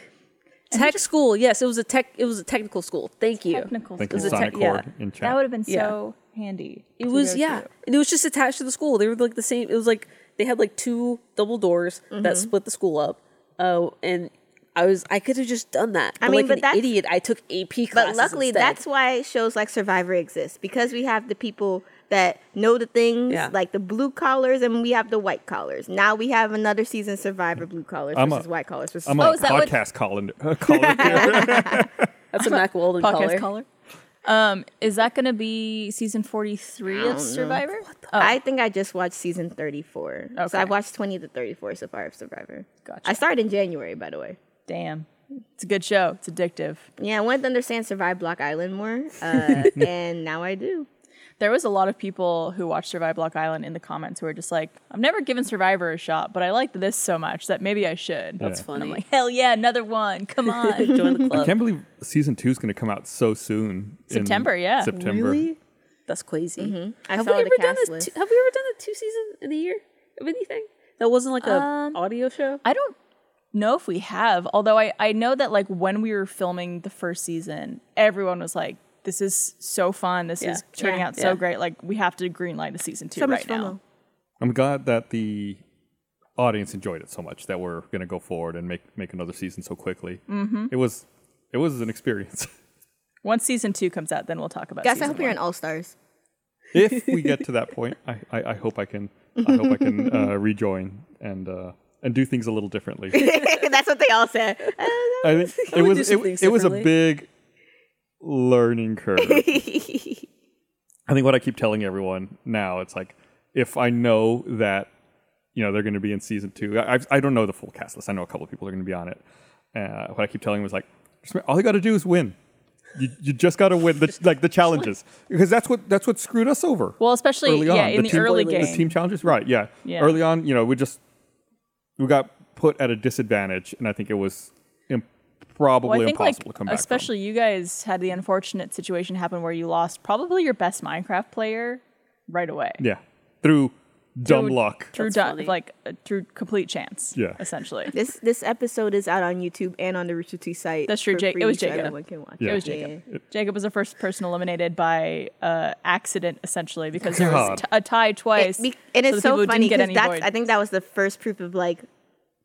Tech school, yes, it was a tech. It was a technical school. Thank you. Technical Thank you, stuff. was a Sonic tech- yeah. Cord in chat. That would have been Yeah. so handy. It was yeah, and it was just attached to the school. They were like the same. It was like they had like two double doors Mm-hmm. that split the school up. Oh, and I was I could have just done that. I mean, like but an that's- idiot, I took AP classes. But luckily, instead. that's why shows like Survivor exist because we have the people that know the things, Yeah. like the blue collars, and we have the white collars. Now we have another season Survivor blue collars I'm a- versus white collars versus. I'm a Oh, is that what- podcast colander. caller here. that's a Mac Weldon podcast color. caller. Um, is that going to be season 43 of Survivor? Oh, I think I just watched season 34. So Okay. I've watched 20 to 34 so far of Survivor. Gotcha. I started in January, by the way. damn. It's a good show. It's addictive. Yeah, I wanted to understand Survive Block Island more, uh, and now I do. There was a lot of people who watched Survive Block Island in the comments who were just like, I've never given Survivor a shot, but I liked this so much that maybe I should. That's Yeah. funny. Hell yeah, another one. Come on. Join the I club. can't believe season two is going to come out so soon. in September, yeah. September. Really? That's crazy. I Have we saw ever the done cast a list. two, Have we ever done a two season in a year of anything that wasn't like a Um, audio show? I don't know if we have, although I, I know that like when we were filming the first season, everyone was like, this is so fun. This Yeah. is turning Yeah. out so Yeah. great. Like we have to green light a season two So much right FOMO. now. I'm glad that the audience enjoyed it so much that we're going to go forward and make make another season so quickly. Mm-hmm. It was it was an experience. Once season two comes out, then we'll talk about. Guys, I season hope you're one. in All Stars. if we get to that point, I, I, I hope I can I hope I can uh, rejoin and uh, and do things a little differently. That's what they all said. Uh, I think it do was some it, things it was a differently. big learning curve. I think what I keep telling everyone now, it's like if I know that you know they're going to be in season two, I, I've- I don't know the full cast list. I know a couple of people are going to be on it. Uh, what I keep telling them is like, just, all you got to do is win. You, you just got to win the like the challenges because that's what that's what screwed us over. Well, especially early on, yeah, in the, team- early the game. team challenges, right? Yeah. Yeah. Early on, you know, we just we got put at a disadvantage, and I think it was Im- probably well, I think like impossible to come back. from. especially you guys had the unfortunate situation happen where you lost probably your best Minecraft player right away. yeah, through dumb Through- luck. Through That's du- funny. like uh, through complete chance. Yeah. essentially. this this episode is out on YouTube and on the Rooster Teeth site. That's true, for Jake- it free, was so Jacob. Everyone can watch. Yeah. It was Jacob. Jacob was the first person eliminated by uh, accident, essentially, because there was God. t- a tie twice. It, be- and it's the people so who funny because didn't get any that's votes. I think that was the first proof of like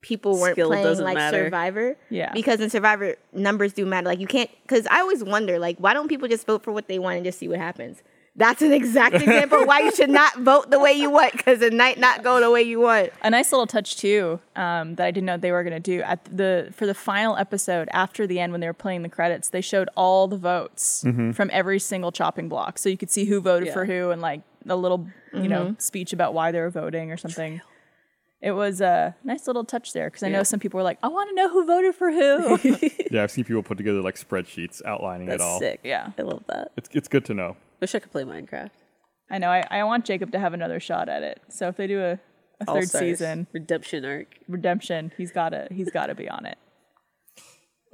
people weren't Skill playing doesn't like matter. Survivor. Yeah. Because in Survivor, numbers do matter. Like you can't because I always wonder like why don't people just vote for what they want and just see what happens. That's an exact example why you should not vote the way you want because it might not go the way you want. a nice little touch too um, that I didn't know they were going to do at the for the final episode after the end when they were playing the credits. They showed all the votes from every single chopping block, so you could see who voted for who and like a little you know Mm-hmm. speech about why they were voting or something. It was a nice little touch there because I know some people were like, "I want to know who voted for who." Yeah, I've seen people put together like spreadsheets outlining That's it all. sick. yeah, I love that. It's it's good to know. Wish I could play Minecraft. I know. I, I want Jacob to have another shot at it. So if they do a, a third All-Stars. season redemption arc. redemption, he's gotta he's gotta be on it.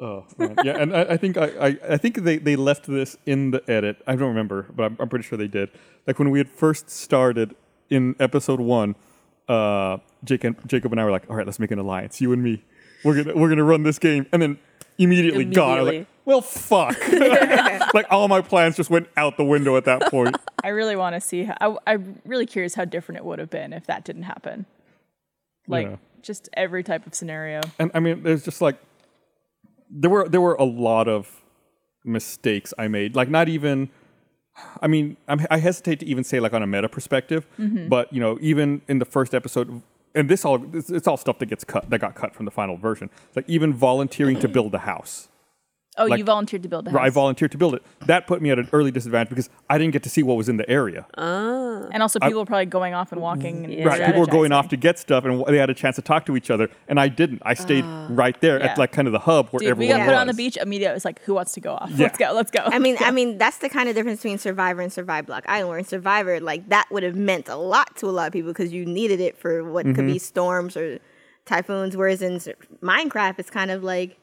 Oh man. yeah, and I, I think I, I, I think they, they left this in the edit. I don't remember, but I'm, I'm pretty sure they did. Like when we had first started in episode one, uh, Jake and, Jacob and I were like, "All right, let's make an alliance, you and me. We're gonna we're gonna run this game." And then immediately, gone. I was like, Immediately. "Well, fuck!" like all my plans just went out the window at that point. I really want to see. How, I, I'm really curious how different it would have been if that didn't happen. Like Yeah. just every type of scenario. and I mean, there's just like there were there were a lot of mistakes I made. Like not even, I mean, I'm, I hesitate to even say like on a meta perspective, Mm-hmm. but you know, even in the first episode, and this all it's, it's all stuff that gets cut that got cut from the final version. Like even volunteering to build the house. Oh, Like- you volunteered to build the I house, volunteered to build it. That put me at an early disadvantage because I didn't get to see what was in the area. Oh, and also people were probably going off and walking. And Right, people were going strategizing. off to get stuff, and they had a chance to talk to each other, and I didn't. I stayed right there Ah. yeah. at like kind of the hub where Dude, we everyone got put was. on the beach immediately. It was like, who wants to go off? Yeah. Let's go. Let's go. I mean, I mean, that's the kind of difference between Survivor and Survive Block Island. Where in Survivor, like that would have meant a lot to a lot of people because you needed it for what could Mm-hmm. be storms or typhoons. Whereas in Sur- Minecraft, it's kind of like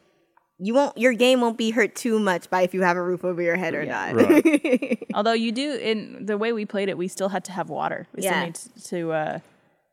you won't your game won't be hurt too much by if you have a roof over your head or not. Right. Although you do in the way we played it, we still had to have water. We Yeah. still need to uh,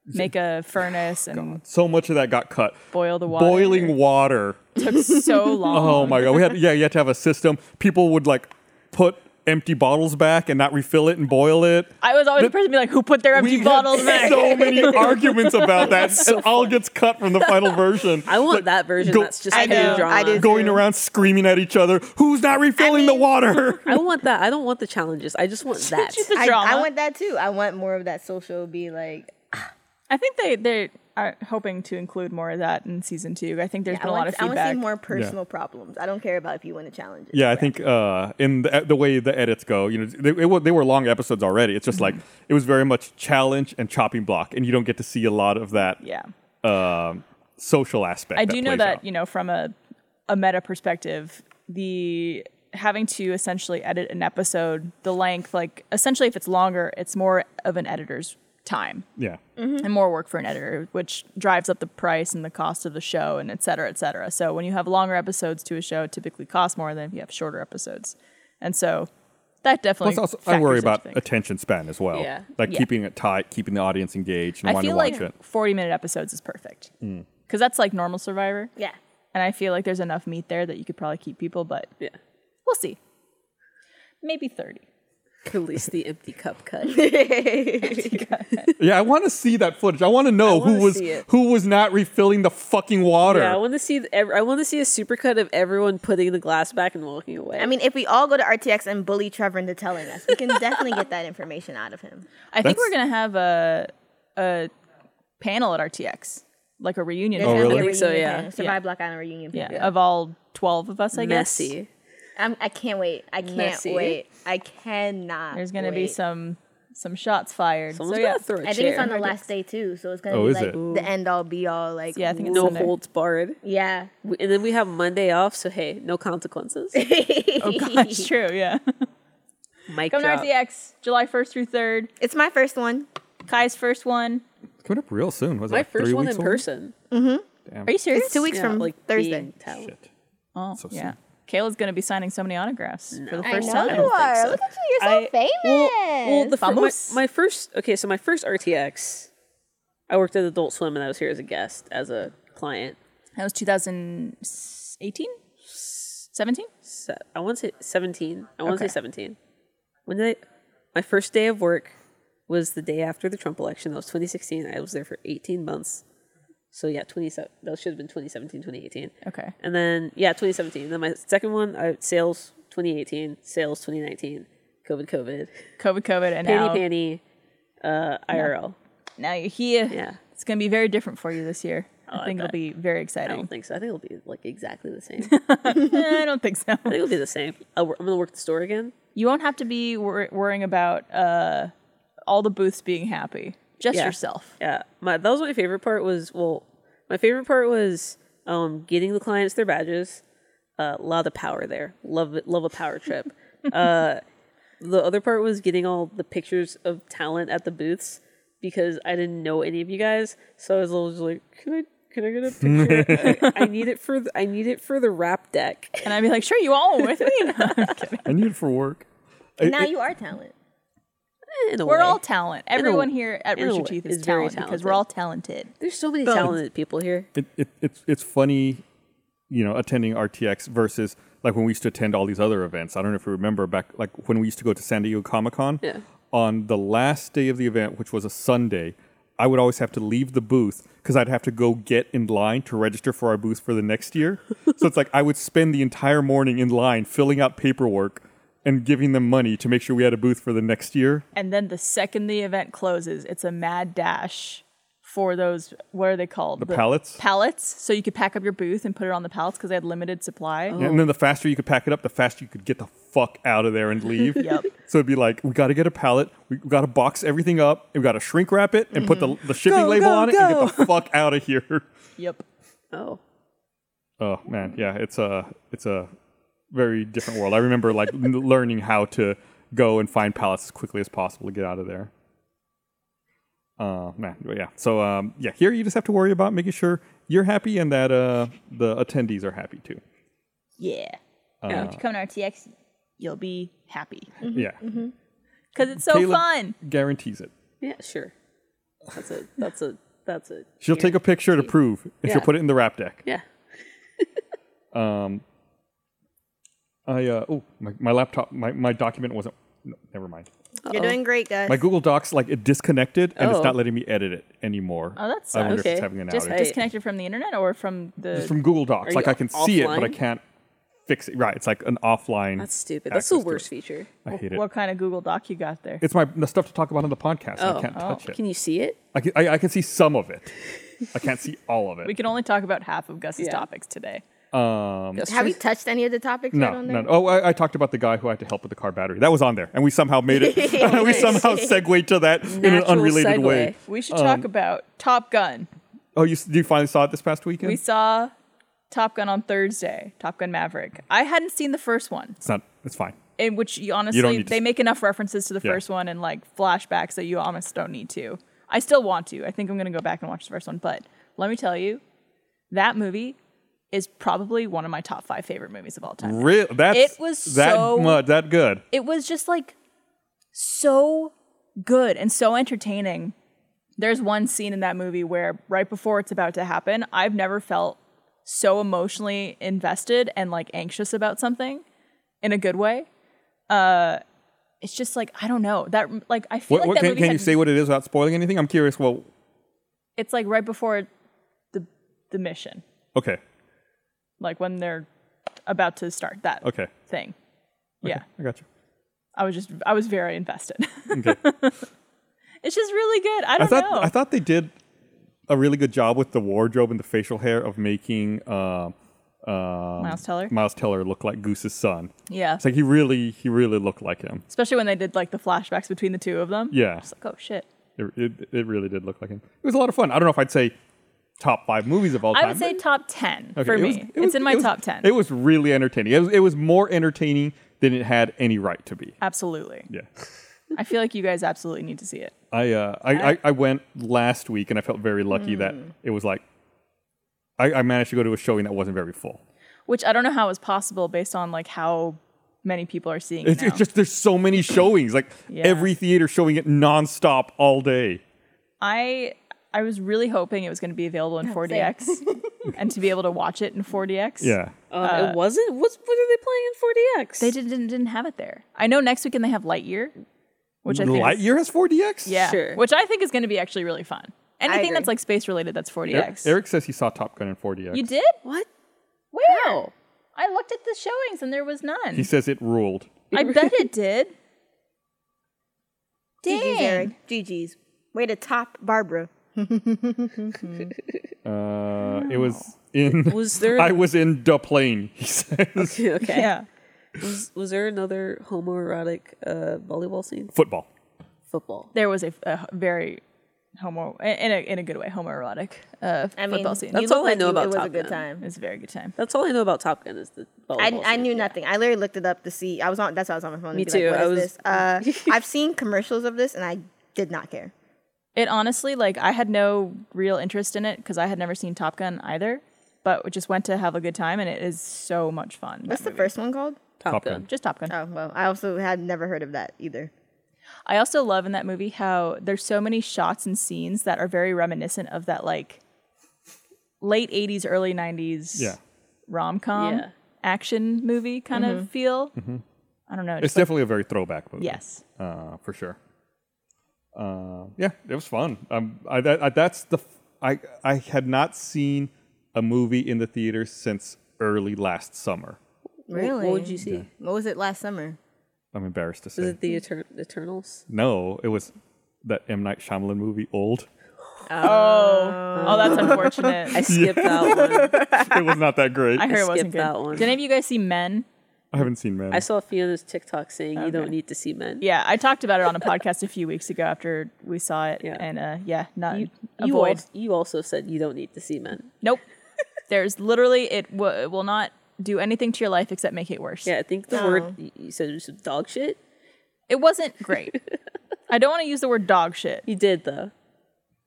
make a furnace and So much of that got cut. boil the water. Boiling water. took so long. Oh my god. We had yeah, you had to have a system. People would like put empty bottles back and not refill it and boil it. I was always the person to be like, who put their empty we bottles had back? so many arguments about that. it all gets cut from the final version. I want Like, that version. go- that's just I pure do, drama. I I, do. going around screaming at each other, who's not refilling the water? want that. I don't want the challenges. I just want that. Just the I, drama. I want that too. I want more of that social be like I think they they are hoping to include more of that in season two. I think there's I been a lot of want, I want to see feedback. more personal problems. I don't care about if you win a challenge. Yeah, I think uh, in the, the way the edits go, you know, they, they, were, they were long episodes already. It's just like Mm-hmm. it was very much challenge and chopping block, and you don't get to see a lot of that yeah, um, social aspect. I do know plays that out. you know from a a meta perspective, the having to essentially edit an episode, the length, like essentially if it's longer, it's more of an editor's time Yeah. and more work for an editor, which drives up the price and the cost of the show and et cetera, et cetera. So when you have longer episodes to a show, it typically costs more than if you have shorter episodes, and so. That definitely. Plus, also, I worry factors into about things. attention span as well. Yeah. Like Yeah. keeping it tight, keeping the audience engaged and I wanting feel to like watch it. Mm. 40 minute episodes is perfect because that's like normal Survivor. Yeah. And I feel like there's enough meat there that you could probably keep people, but yeah. we'll see. Maybe 30. Release the empty cup cut. Yeah, I want to see that footage. I want to know who wanna was see it. who was not refilling the fucking water. Yeah, I want to see. the- ev- I want to see a supercut of everyone putting the glass back and walking away. I mean, if we all go to RTX and bully Trevor into telling us, we can definitely get that information out of him. I That's- think we're going to have a, a panel at RTX, like a reunion. There's Oh, really? gonna I be a think so, reunion yeah. panel, Survive Block Island reunion. Yeah, panel. Of all 12 of us, I messy. guess. I'm, I can't wait. I can't Messy. wait. I cannot. There's going to be wait. some some shots fired. Someone's so, yeah. gonna throw a I think chair. it's on the last day too, so it's gonna Oh, be is like it? the end all be all. Like Yeah, I think it's no Sunday. holds barred. yeah. We- And then we have Monday off, so hey, no consequences. Oh, gosh, true. Yeah. Mic Come to drop. RTX July 1st through 3rd. It's my first one. Kai's first one. It's coming up real soon. Was it My like first three one in weeks old? person. Are you serious? It's two weeks Yeah, from Thursday. being talent. Shit. Oh, So yeah. Kayla's going to be signing so many autographs for the first I time. don't think so. at you. I- Well, well the fir- my, Vamos. my first okay, so my first RTX, I worked at Adult Swim and I was here as a guest, as a client. That was 2018? 17? Se- I want to say seventeen. I want to Okay. say seventeen. When did I, my first day of work was the day after the Trump election. That was 2016. I was there for 18 months. So yeah, 27. That should have been 2017, 2018. Okay. And uh, then yeah, 2017. Then my second one, I, sales 2018, sales 2019, COVID, COVID, COVID, COVID, and now, panty, panty, uh, IRL. now you're here. Yeah. It's going to be very different for you this year. Oh, I think it'll bet. be very I exciting. don't think so. I think it'll be like exactly the same. I think Eh, I don't think so. it'll be the same. I'll, wor- I'm gonna work the store again. You won't have to be wor- worrying about uh, all the booths being happy. Just Yeah. yourself. Yeah, my that was my favorite part. Was well, my favorite part was um getting the clients their badges. Uh, a lot of power there. Love it. Love a power trip. uh, the other part was getting all the pictures of talent at the booths because I didn't know any of you guys, so I was always like, "Can I? Can I get a picture? I, I need it for the, I need it for the rap deck." And I'd be like, sure, you all with me. No, I'm kidding. I need it for work. It- now it- you are talent. In a We're way. all talent. Everyone way- here at in a Rooster way, Teeth is is very talent because we're all talented. there's so many talented people here. it, it, it's it's funny, you know, attending RTX versus like when we used to attend all these other events. I don't know if you remember back like when we used to go to San Diego Comic Con. Yeah. On the last day of the event, which was a Sunday, I would always have to leave the booth because I'd have to go get in line to register for our booth for the next year. so it's like I would spend the entire morning in line filling out paperwork and giving them money to make sure we had a booth for the next year. And then the second the event closes, it's a mad dash for those what are they called? The, pallets? Pallets. So you could pack up your booth and put it on the pallets because they had limited supply. Yeah, and then the faster you could pack it up, the faster you could get the fuck out of there and leave. Yep. So it'd be like, we got to get a pallet, we got to box everything up, and we got to shrink wrap it and put the, the shipping Mm-hmm. label Go, go, on it and get the fuck out of here. Yep. Oh, Oh man, yeah, it's a it's a very different world. I remember like n- learning how to go and find pallets as quickly as possible to get out of there. Uh man, but yeah. So um yeah, here you just have to worry about making sure you're happy and that uh the attendees are happy too. Yeah. Uh, if you come to RTX, you'll be happy Yeah. mm-hmm. because it's so Caleb- fun. Guarantees it. yeah, sure. That's a that's a that's a She'll take a picture to prove, and she'll Yeah. put it in the rap deck. yeah. I uh, oh, my, my laptop, my, my document wasn't. No, never mind. You're doing great, guys. My Google Docs like it disconnected, and it's Oh. not letting me edit it anymore. Oh, that's I wonder if it's okay. having an Just outage. Hey. disconnected from the internet or from the. It's from Google Docs, Are like you I can see it, but I offline? can't fix it. Right, it's like an offline. That's stupid. That's the access to worst it. feature. I hate it. what kind of Google Doc you got there? It's my the stuff to talk about on the podcast. and I Oh. can't touch it. Can you see it? I, can, I, I can see some of it. I can't see all of it. We can only talk about half of Gus's Yeah. topics today. Um, Have you touched any of the topics right No, on there? no. Oh, I, I talked about the guy who had to help with the car battery. That was on there, and we somehow made it. we somehow segued to that in an Natural unrelated segue. way. We should talk about Top Gun. Oh, you, s- you finally saw it this past weekend? We saw Top Gun on Thursday, Top Gun Maverick. I hadn't seen the first one, it's not. It's fine. in which you don't honestly, need to they s- make enough references to the Yeah. first one and like flashbacks that you almost don't need to. I still want to. I think I'm going to go back and watch the first one. But let me tell you, that movie is probably one of my top five favorite movies of all time. Real. That's It was that so- much. That good. it was just like so good and so entertaining. There's one scene in that movie where right before it's about to happen, I've never felt so emotionally invested and like anxious about something in a good way. Uh it's just like I don't know. That like I feel What, like what, that can movie can you had- say what it is without spoiling anything? I'm curious. Well, it's like right before the the mission. okay, Like when they're about to start that okay, thing. Yeah. I got you. I was just I was very invested. Okay. it's just really good. I I don't thought know. I thought they did a really good job with the wardrobe and the facial hair of making uh, um, Miles Teller? Miles Teller look like Goose's son. yeah. It's like he really he really looked like him. especially when they did like the flashbacks between the two of them. Yeah, It's like, oh shit. it, it, it really did look like him. It was a lot of fun. I don't know if I'd say top five movies of all time. I would say but- top 10 Okay, for it me. was- it it's was- in my it was- top 10. It was really entertaining. It was, it was more entertaining than it had any right to be. absolutely. Yeah. I feel like you guys absolutely need to see it. I, uh, I, I, I went last week and I felt very lucky that Hmm. it was like, I, I managed to go to a showing that wasn't very full. Which I don't know how is possible based on like how many people are seeing It's, it. now. it's just, there's so many showings, like Yeah. every theater showing it nonstop all day. I I was really hoping it was going to be available in 4DX and to be able to watch it in 4DX. Yeah. Uh, it wasn't. What's what are they playing in 4DX? They didn't, didn't didn't have it there. I know next weekend they have Lightyear, which I think is- Lightyear has 4DX? yeah, Sure. which I think is going to be actually really fun. Anything agree. that's like space related that's 4DX. Eric, Eric says he saw Top Gun in 4DX. You did? What? Where? I looked at the showings and there was none. He says it ruled. I bet it did. GG's, Dang. Eric. GG's. Way to top Barbara. Uh, It was in. Was there- I was in the plane. He says okay. Yeah. Was, was there another homoerotic uh, volleyball scene? football. Football. There was a, a very homo in a in a good way homoerotic uh, I mean, football scene. you That's look all I know you- about It was a Top good Gun. time. It's a very good time. That's all I know about Top Gun is the I, volleyball. I scene. knew nothing. I literally looked it up to see. I was on. That's why I was on my phone. to Me be like, too, what I is was- this? Uh, I've seen commercials of this and I did not care. It honestly, like, I had no real interest in it because I had never seen Top Gun either, but just went to have a good time, and it is so much fun. What's the first one called? Top, Top Gun. Gun. Just Top Gun. Oh well, I also had never heard of that either. I also love in that movie how there's so many shots and scenes that are very reminiscent of that like late 80s, early 90s Yeah, rom com Yeah. Mm-hmm. action movie kind of feel. I don't know. it's just like- definitely a very throwback movie. yes. uh, for sure. Uh, yeah, it was fun. Um, I, that, I, that's the f- I I had not seen a movie in the theater since early last summer. Really? What would you see? What was it last summer? I'm embarrassed to say. Was it the Eter- Eternals? no, it was that M Night Shyamalan movie. Old. Oh, that's unfortunate. I skipped that one. it was not that great. I I, heard it wasn't skipped good. that one. Did any of you guys see Men? haven't seen Man. I saw Fiona's TikTok saying you don't need to see men. Yeah, I talked about it on a podcast a few weeks ago after we saw it, Yeah. and uh, yeah, not You, you, avoid. al- you also said you don't need to see men. Nope. There's literally it, w- it will not do anything to your life except make it worse. Yeah, I think the word you- you said was dog shit. It wasn't great. I don't want to use the word dog shit. You did though.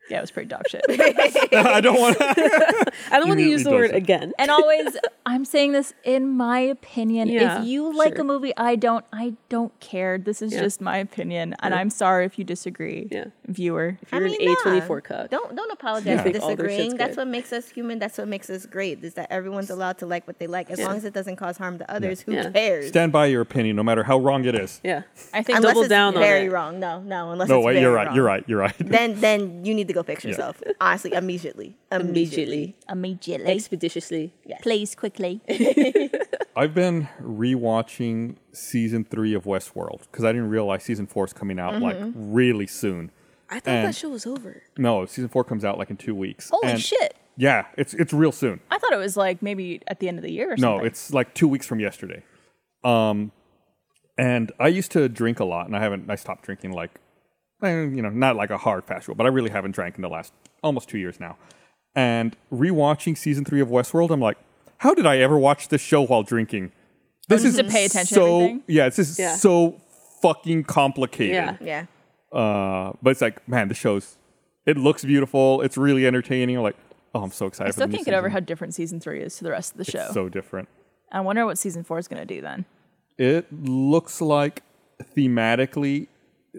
Yeah, it was pretty dog shit. I don't want. to. I don't want to use immediately the word does it. again. And always, I'm saying this in my opinion. Yeah, if you like sure. a movie, I don't. I don't care. This is Yeah. just my opinion, and I'm sorry if you disagree, Yeah. viewer. You're an A24 nah. cuck. Don't don't apologize for think all their shit's disagreeing. That's good. what makes us human. That's what makes us great. Is that everyone's allowed to like what they like as long as it doesn't cause harm to others. Who Yeah. cares? Stand by your opinion, no matter how wrong it is. Yeah. I think unless double it's down on very it. wrong. No, no. Unless No, it's wait, very you're right. wrong. You're right. You're right. Then then you need to go fix yourself. Honestly, immediately. Immediately. immediately. Expeditiously. Please quickly. I've been rewatching season three of Westworld because I didn't realize season four is coming out like really soon. Mm-hmm. I thought And- that show was over. No, season four comes out like in two weeks. Holy And- shit! Yeah, it's it's real soon. I thought it was like maybe at the end of the year or No, something. it's like two weeks from yesterday. Um, and I used to drink a lot, and I haven't. I stopped drinking like, eh, you know, not like a hard fast rule, but I really haven't drank in the last almost two years now. And rewatching season three of Westworld, I'm like, how did I ever watch this show while drinking? This Oh, just to pay attention to So everything? yeah, this is Yeah. so fucking complicated. Yeah. Yeah. Uh, but it's like, man, the show's it looks beautiful. It's really entertaining. I'm like, oh, I'm so excited. for I the still new can't get over season. how different season three is to the rest of the show. It's so different. I wonder what season four is going to do then. It looks like thematically,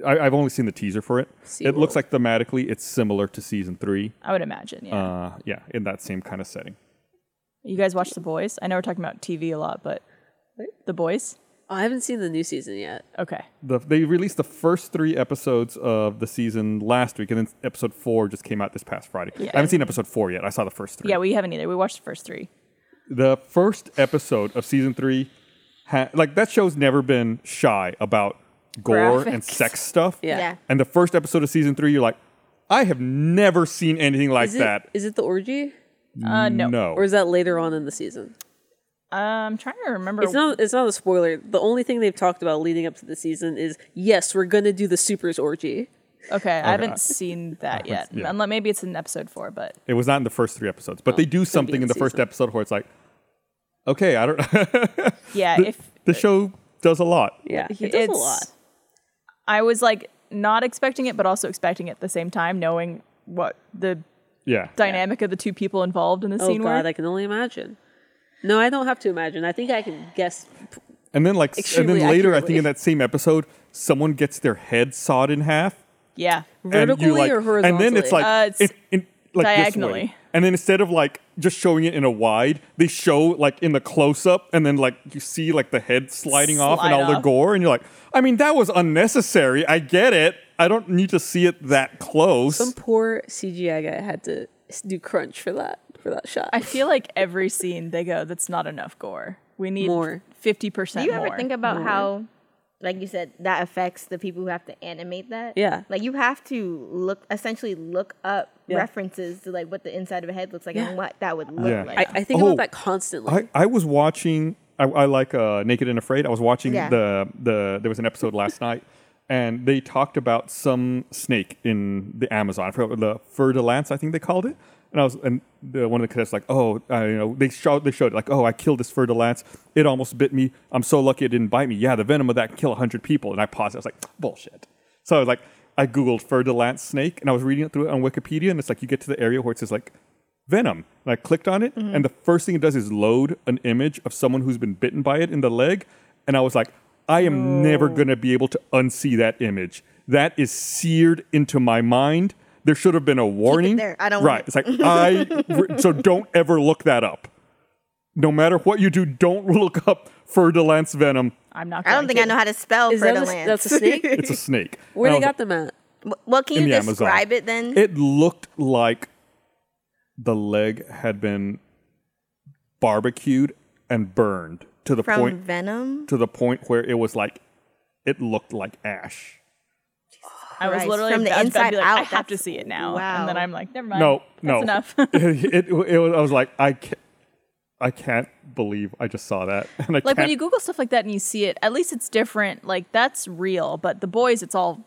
I, I've only seen the teaser for it. it looks SeaWorld. like thematically it's similar to season three. I would imagine. Yeah. Uh-huh. Uh, yeah, in that same kind of setting. you guys watch The Boys? I know we're talking about TV a lot, but The Boys. Oh, I haven't seen the new season yet. Okay. The, they released the first three episodes of the season last week, and then episode four just came out this past Friday. I haven't seen episode four yet. I saw the first three. Yeah, we haven't either. We watched the first three. the first episode of season three, ha- like that show's never been shy about gore and Graphics. sex stuff. Yeah. Yeah. And the first episode of season three, you're like, I have never seen anything like Is it, that. is it the orgy? Uh, no. no. Or is that later on in the season? Uh, I'm trying to remember. It's not it's not a spoiler. The only thing they've talked about leading up to the season is yes, we're gonna do the supers orgy. okay, I haven't seen that yet. yeah. Unless maybe it's in episode four, but it was not in the first three episodes, but they do something Oh, in in the first season. episode where it's like, okay, I don't. yeah, if the show does a lot. Yeah. It does it's a lot. I was like not expecting it, but also expecting it at the same time, knowing what the Yeah. dynamic of the two people involved in the Oh scene were. god, I can only imagine. No, I don't have to imagine. I think I can guess And then like, s- and then Extremely later, I accurately. think in that same episode, someone gets their head sawed in half. yeah. Vertically and you, like, or horizontally? And then it's like, Uh, it's in, in, like this way. diagonally. And then instead of like just showing it in a wide, they show like in the close up, and then like you see like the head sliding off and Slide all the off. gore, and you're like, I mean, that was unnecessary. I get it. I don't need to see it that close. some poor CGI guy had to s- do crunch for that for that shot. I feel like every scene they go, that's not enough gore. We need More. fifty percent Do you more. ever think about how like you said, that affects the people who have to animate that. Yeah. Like you have to look essentially look up Yeah. references to like what the inside of a head looks like Yeah. and what that would look Yeah. like. I, I think Oh, about that constantly. I, I was watching. I, I like uh, Naked and Afraid. I was watching Yeah. the the. There was an episode last night, and they talked about some snake in the Amazon. I forgot what the fur de lance. I think they called it. And I was and the, one of the cadets like, oh, uh, you know, they showed they showed it like, oh, I killed this fur de lance. It almost bit me. I'm so lucky it didn't bite me. Yeah, the venom of that can kill hundred people. And I paused. I was like, bullshit. So I was like, I googled fur de lance snake, and I was reading it through it on Wikipedia, and it's like you get to the area where it says like Venom. And I clicked on it, and the first thing it does is load an image of someone who's been bitten by it in the leg. And I was like, I am never going to be able to unsee that image. That is seared into my mind. There should have been a warning. there. I don't want right. it. It's like I. so don't ever look that up. No matter what you do, don't look up Fur de Lance Venom. I'm not. I Going don't think I know how to spell Is that a- Fertilance. that's a snake? It's a snake. Where And I they was got them at? well, can in you the Amazon. describe it Mm-hmm. then? It looked like the leg had been barbecued and burned to the From point Venom? to the point where it was like it looked like ash. I was Christ, literally from the about to inside be like, out, I have to that's- see it now. wow. And then I'm like, never mind. no, that's no, enough. it, it, it was, I was like, I can't, I can't believe I just saw that, and I like can't. when you Google stuff like that and you see it, at least it's different. Like that's real, but the boys, it's all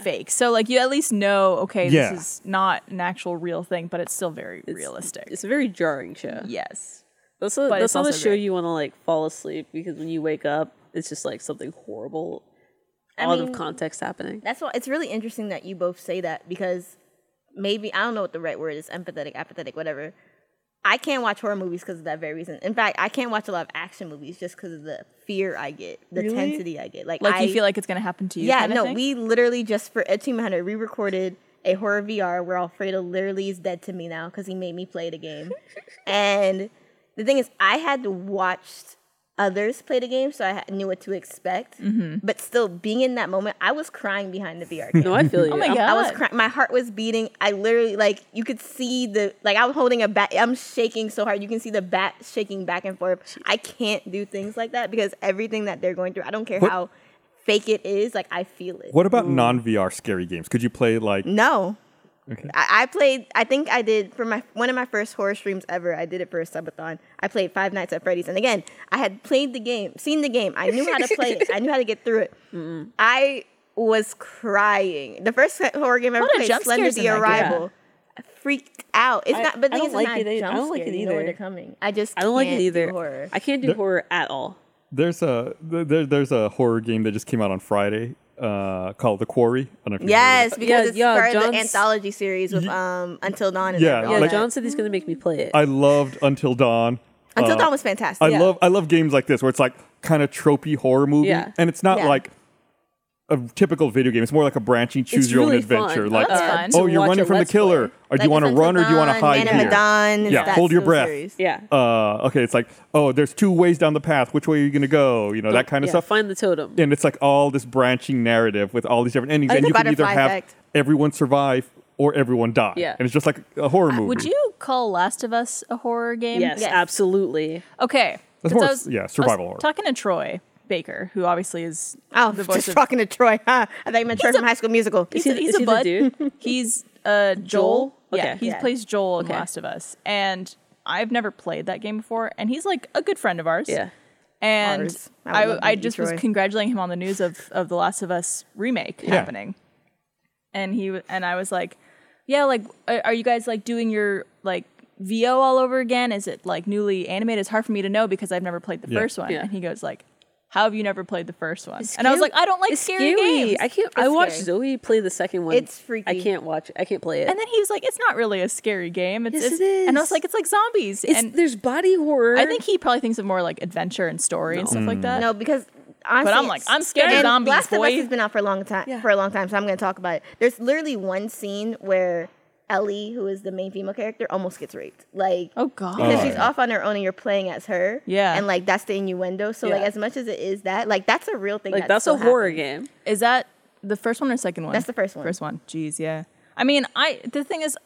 fake. So like you at least know, okay, Yeah. this is not an actual real thing, but it's still very realistic. It's a very jarring show. yes. That's a, But that's it's not a also show great. you want to like fall asleep because when you wake up, it's just like something horrible I out of mean, context happening. That's why it's really interesting that you both say that because maybe I don't know what the right word is empathetic, apathetic, whatever. I can't watch horror movies because of that very reason. In fact, I can't watch a lot of action movies just because of the fear I get, the tensity I get. Like, Like I, you feel like it's gonna happen to you. yeah, kinda no, thing? we literally just for Ed Team 100, we recorded a horror VR where Alfredo literally is dead to me now because he made me play the game. and the thing is, I had watched others play the game, so I ha- knew what to expect. Mm-hmm. But still, being in that moment, I was crying behind the VR game. No, I feel you. Oh my I'm- God. I was crying. My heart was beating. I literally like you could see the like I was holding a bat. I'm shaking so hard. You can see the bat shaking back and forth. I can't do things like that because everything that they're going through. I don't care What- how fake it is. Like I feel it. what about non VR scary games? Could you play like Mm-hmm. No. I, I played. I think I did for my one of my first horror streams ever. I did it for a subathon. I played Five Nights at Freddy's, and again, I had played the game, seen the game. I knew how to play it. I knew how to get through it. I was crying. The first horror game I ever lot of played, jump Slender scares in the that game. Arrival. I freaked out. It's I- not. But I the thing don't is, like it's not it either. jump I don't like scares. it You know when either. they're coming. I just I don't like it can't do either. horror. I can't do horror at all. There's a there, there's a horror game that just came out on Friday uh, called The Quarry. I don't know if you've heard of Yes, it. because Yeah, it's yeah, part of the John's- anthology series with um Until Dawn. Mm-hmm. And Yeah, all Yeah, that. John said he's gonna make me play it. I loved Until Dawn. Until Uh, Dawn was fantastic. I Yeah. love I love games like this where it's like kind of tropey horror movie, Yeah. and it's not Yeah. like a typical video game. It's more like a branching choose your really own adventure. fun. Like, that's fun. oh, To you're watch running a from the Let's Play. killer. Or do you Like want to it's run or do you want to Until Dawn, hide Man of here? Medan, it's yeah, that hold your whole breath. series. yeah. Uh, okay, it's like oh, there's two ways down the path. Which way are you gonna go? You know that kind of Yeah, stuff. Find the totem. and it's like all this branching narrative with all these different endings, Like and the you can either butterfly have effect. everyone survive or everyone die. Yeah. and it's just like a horror movie. Would you call Last of Us a horror game? Yes, Yes. absolutely. Okay. That's 'Cause more I of- was- yeah, I was survival horror. Talking to Troy Baker, who obviously is Oh, the voice just of talking to Troy. Huh? I thought you meant Troy from High School Musical. he's, he a, the- he's is a he the bud. dude? He's uh, Joel. Joel? Yeah, Okay. he Yeah. plays Joel in Okay. Last of Us, and I've never played that game before. And he's like a good friend of ours. Yeah. and Ours. I would I, love to I be just Troy. was congratulating him on the news of of the Last of Us remake happening, and he w- and I was like, yeah, like are are you guys like doing your like VO all over again? Is it like newly animated? It's hard for me to know because I've never played the Yeah. first one. Yeah. And he goes like. How have you never played the first one? and I was like, Scary- I don't like it's scary, games. I can't. I watched scary. Zoe play the second one. It's freaky. I can't watch. I can't play it. And then he was like, "It's not really a scary game. It's, Yes, it's- it And I is. was like, "It's like zombies." it's, and there's body horror. I think he probably thinks of more like adventure and story and stuff like that. No, because honestly, but I'm like, I'm scared of and zombies, Last of Us boy. has been out for a long time. For a long time, so I'm going to talk about it. There's literally one scene where Ellie, who is the main female character, almost gets raped. Like, oh god. because Oh, she's yeah. off on her own and you're playing as her. Yeah. and like that's the innuendo. So like, Yeah. as much as it is that, like that's a real thing. like that that's a still horror happens. game. Is that the first one or second one? That's the first one. First one. Jeez, yeah. I mean, I the thing is,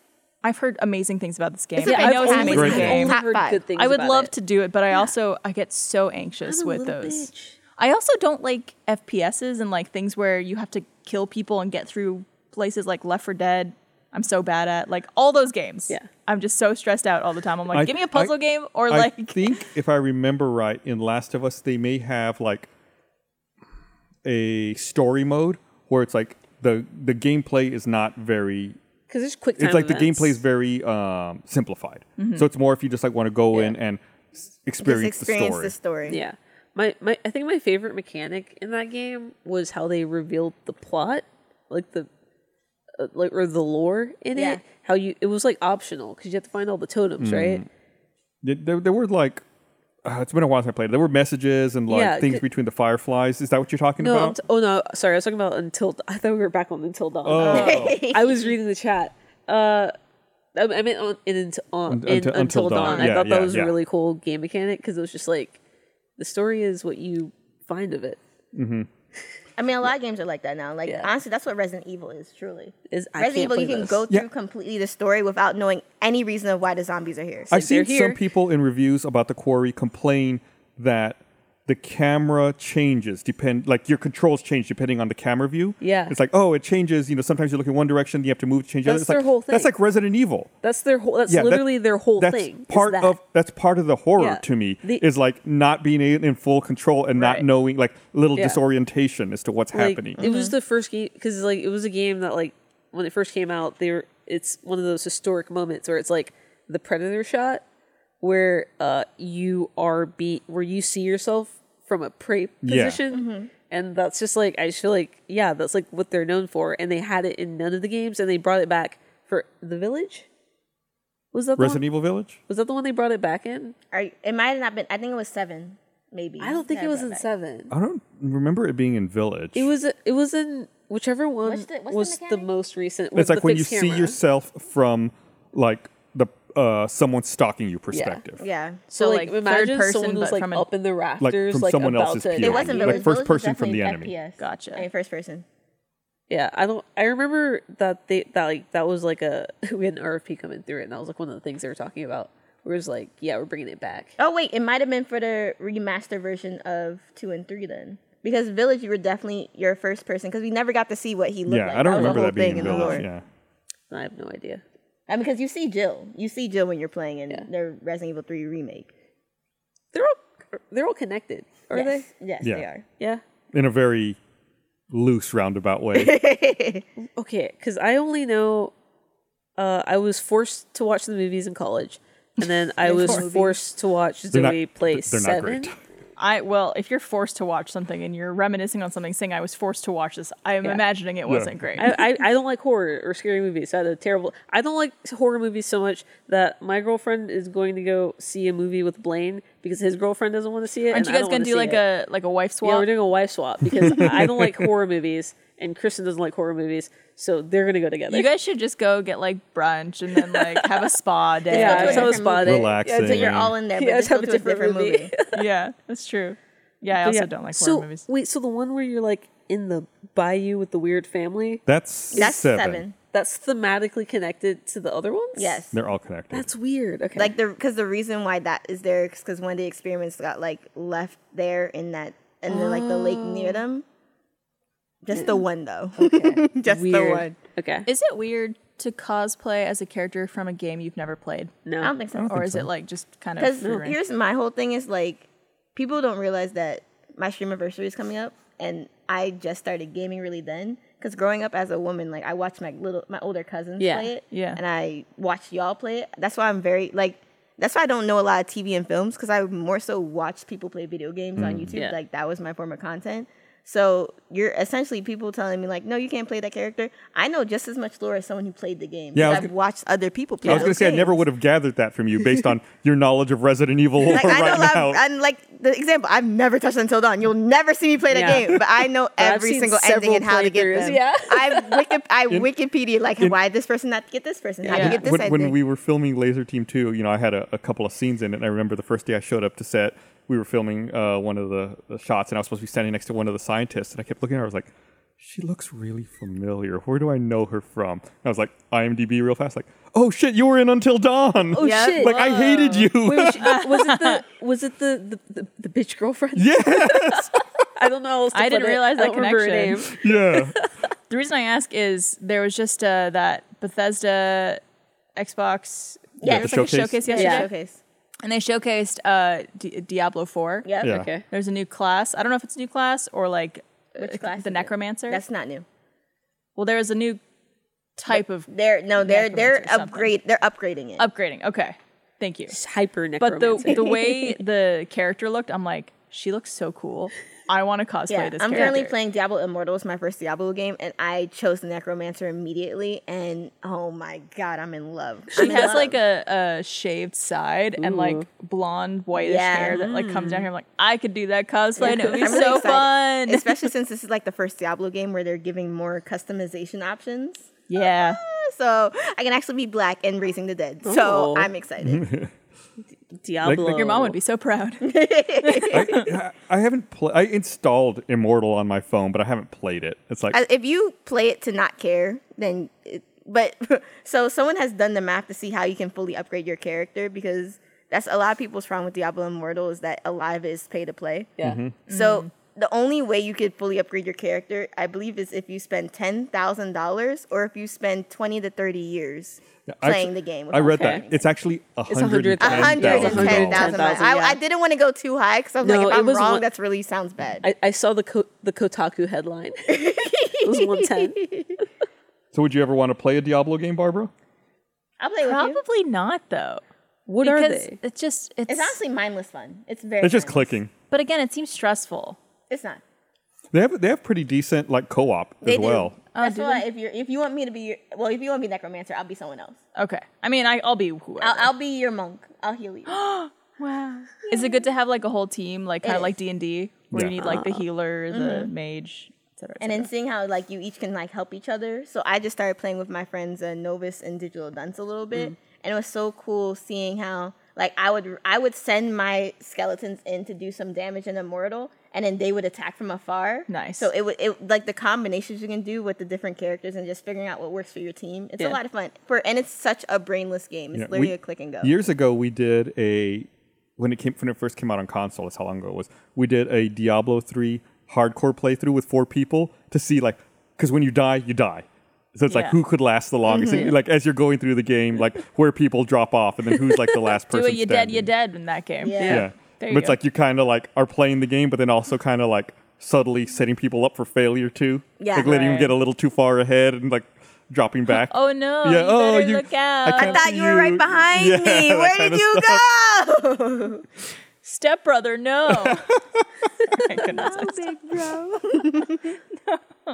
I've heard amazing things about this game. a I know it's an fantastic amazing game. game. Top I've heard five. good things I would about love it. to do it, but I also I get so anxious I'm a with little those. bitch. I also don't like FPSs and like things where you have to kill people and get through places like Left 4 Dead. I'm so bad at like all those games. Yeah. I'm just so stressed out all the time. I'm like, I- give me a puzzle I- game or I like think if I remember right, in Last of Us, they may have like a story mode where it's like the the gameplay is not very. because there's quick time. It's like events. the gameplay is very um, simplified, so it's more if you just like want to go in and s- Just experience, experience the the story. story. Yeah. My, my I think my favorite mechanic in that game was how they revealed the plot, like the uh, like or the lore in Yeah. it. How you it was like optional because you have to find all the totems, Mm. right? Th- There, there were like. Uh, it's been a while since I played. There were messages and like Yeah, things c- between the fireflies. Is that what you're talking No, I'm about? t- oh no, sorry, I was talking about until D- I thought we were back on until dawn. oh, I was reading the chat. Uh, I, I meant on, in, Unt- on, Un- in Until- until, Until Dawn. dawn. Yeah, I thought yeah, that was yeah. a really cool game mechanic because it was just like the story is what you find of it. I mean, a lot of games are like that now. Like Yeah. honestly, that's what Resident Evil is truly. Is I Resident can't Evil, you play can this. go Yeah. through completely the story without knowing any reason of why the zombies are here. I've seen they're some here. people in reviews about the quarry complain that the camera changes depend like your controls change depending on the camera view. Yeah. It's like, oh, it changes, you know, sometimes you look in one direction, you have to move to change the other. That's It's like- their whole That's thing. like Resident Evil. That's their whole. That's Yeah, that- literally their whole that's thing. is Part that. of that's part of the horror Yeah. to me The- is like not being in in full control and not Right. knowing like little Yeah. disorientation as to what's like, happening. It was the first game because like it was a game that like when it first came out, they were, it's one of those historic moments where it's like the predator shot where uh you are be where you see yourself from a prey Yeah. position. And that's just like I just feel like yeah, that's like what they're known for. And they had it in none of the games, and they brought it back for the village. Was that the Resident one? Evil Village? Was that the one they brought it back in? Are you- it might have not been. I think it was seven, maybe. I don't think Yeah, it was right, in right. seven. I don't remember it being in Village. It was it was in whichever one What's the- what's the was the, mechanic? most recent. with it's the like when you fixed see camera. yourself from like the uh someone stalking you perspective. Yeah. So, So, like, like, third imagine person, someone was but like from an- up in the Like rafters, from like someone about else's to. POV. It wasn't like village. first Village was person from definitely the enemy. FPS. Gotcha. I mean, first person. Yeah, I don't. I remember that they that like that was like a we had an RFP coming through it, and that was like one of the things they were talking about. We was like, yeah, we're bringing it back. Oh wait, it might have been for the remaster version of two and three then, because Village you were definitely your first person because we never got to see what he looked Yeah, like. I don't was the remember whole that being thing in in the Village. lore. Yeah. I have no idea. I mean, because you see Jill, you see Jill when you're playing in Yeah. the Resident Evil three remake. They're all they're all connected, are yes. Yes, Yeah. they are. they? Yeah. In a very loose roundabout way. Okay, because I only know. Uh, I was forced to watch the movies in college, and then I was forced to watch Zoe not- play they're not Seven. great. I well, if you're forced to watch something and you're reminiscing on something saying I was forced to watch this, I am imagining it wasn't great. I, I, I don't like horror or scary movies. So I had a terrible. I don't like horror movies so much that my girlfriend is going to go see a movie with Blaine because his girlfriend doesn't want to see it. Aren't and you I guys don't gonna wanna do see like it. a like a wife swap? Yeah, we're doing a wife swap because I don't like horror movies and Kristen doesn't like horror movies, so they're gonna go together. you guys should just go get like brunch and then like have a spa day. yeah, go to I a so different spotted. movie. Relaxing. so you're all in there, but Yeah, just go have a to a different different movie. movie. yeah, that's true. Yeah, I also Yeah. don't like so, horror movies. Wait, so the one where you're like in the bayou with the weird family That's, That's seven. seven. that's thematically connected to the other ones? Yes. They're all connected. That's weird. Okay. like the because the reason why that is there is because one of the experiments got like left there in that and then like the lake near them. Just the one though. Just the Weird. one. Okay. Is it weird to cosplay as a character from a game you've never played? no. I don't think so. Or is it like just kind of Because free reign? here's my whole thing is like people don't realize that my stream anniversary is coming up and I just started gaming really then. Because growing up as a woman, like I watched my little my older cousins Yeah, play it. yeah. And I watched y'all play it. That's why I'm very like that's why I don't know a lot of TV and films because I more so watched people play video games Mm, on YouTube. Yeah. Like that was my form of content. So you're essentially people telling me like, no, you can't play that character. I know just as much lore as someone who played the game. Yeah, I because was I've gonna- watched other people play. I was going gonna to say I never would have gathered that from you based on your knowledge of Resident Evil lore like I right know now. I'm, I'm like the example. I've never touched Until Dawn. You'll never see me play that Yeah. game, but I know I've every seen single ending several and how to get playthroughs, them. yeah. I Wiki, I Wikipedia like why this person not to get this person, how to Yeah. get this when, ending. when we were filming Laser Team 2, you know, I had a, a couple of scenes in it. And I remember the first day I showed up to set, we were filming uh, one of the, the shots, and I was supposed to be standing next to one of the scientists. And I kept looking at her. I was like, she looks really familiar. Where do I know her from? And I was like, IMDb real fast. Like, oh shit, you were in Until Dawn. Oh Yeah. shit. Like, I hated you. Wait, was, she- was it the was it the the, the, the bitch girlfriend? yes. I don't know. how else to I didn't put it. realize that don't remember her connection. name. Yeah. The reason I ask is there was just uh, that Bethesda Xbox Yeah, there was the like a showcase. showcase Yeah, yesterday, showcase. and they showcased uh, D- Diablo Four. Yep. Yeah. Okay. There's a new class. I don't know if it's a new class or like Which uh, class is the it? necromancer. That's not new. well, there is a new type of They're no, they're they're Necromancer something. upgrade. They're upgrading it. upgrading. Okay, thank you. Hyper But the necromancer. the way the character looked, I'm like, she looks so cool. I want to cosplay yeah, this. I'm character. currently playing Diablo Immortal. It's my first Diablo game, and I chose the Necromancer immediately. And oh my god, I'm in love. She has like a, a shaved side and like blonde whitish Yeah. hair that like comes down here. I'm like, I could do that cosplay and it would be I'm really so excited. fun. especially since this is like the first Diablo game where they're giving more customization options. yeah. So I can actually be black and raising the dead. So Ooh. I'm excited. Diablo. Your mom would be so proud. I, I haven't played. I installed Immortal on my phone, but I haven't played it. It's like I- Uh, if you play it to not care, then it, but so someone has done the math to see how you can fully upgrade your character because that's a lot of people's problem with Diablo Immortal is that Alive is pay to play. Yeah. So the only way you could fully upgrade your character, I believe, is if you spend ten thousand dollars or if you spend twenty to thirty years I playing actu- the game. I read Okay. that it's actually a hundred $110,000. A hundred and ten thousand. $110,000, I, yeah. I didn't want to go too high because I was No, like, it if I'm was wrong, one- that's really sounds bad. I, I saw the Ko- the Kotaku headline. it was one ten. So would you ever want to play a Diablo game, Barbara? I'll play with you. Probably not though. What because are they? It's just it's, It's honestly mindless fun. It's very. It's just mindless. clicking. but again, it seems stressful. It's not. They have they have pretty decent like co-op They as well. do. That's do why if you if you want me to be your well, if you want to be necromancer, I'll be someone else. Okay. I mean I will be whoever. I'll, I'll be your monk. I'll heal you. wow. Is it good to have like a whole team, like is. kinda Mm-hmm. like D and D, where you Yeah. need like the healer, the mage, et cetera, et and then seeing how like you each can like help each other. So I just started playing with my friends uh, Novus and Digital Dunce a little bit, and it was so cool seeing how like I would I would send my skeletons in to do some damage in Immortal, and then they would attack from afar. Nice. So it would it like the combinations you can do with the different characters and just figuring out what works for your team. It's Yeah. a lot of fun for and it's such a brainless game. It's Yeah, literally we- a click and go. Years ago, we did a when it came when it first came out on console. That's how long ago it was. We did a Diablo three hardcore playthrough with four people to see like because when you die, you die. So it's Yeah. like who could last the longest? Mm-hmm. And, like as you're going throw the game, like where people drop off, and then who's like the last Do person. it, you dead, you standing. dead in that game. Yeah. Yeah, There but you it's go. like you kind of like are playing the game, but then also kind of like subtly setting people up for failure too. Yeah. like letting Right. them get a little too far ahead and like dropping back. Oh no, Yeah, you oh, better you- look I out. I can't- thought you were right You- behind yeah, me. that Where did kinda you go? Stepbrother, no. I could not say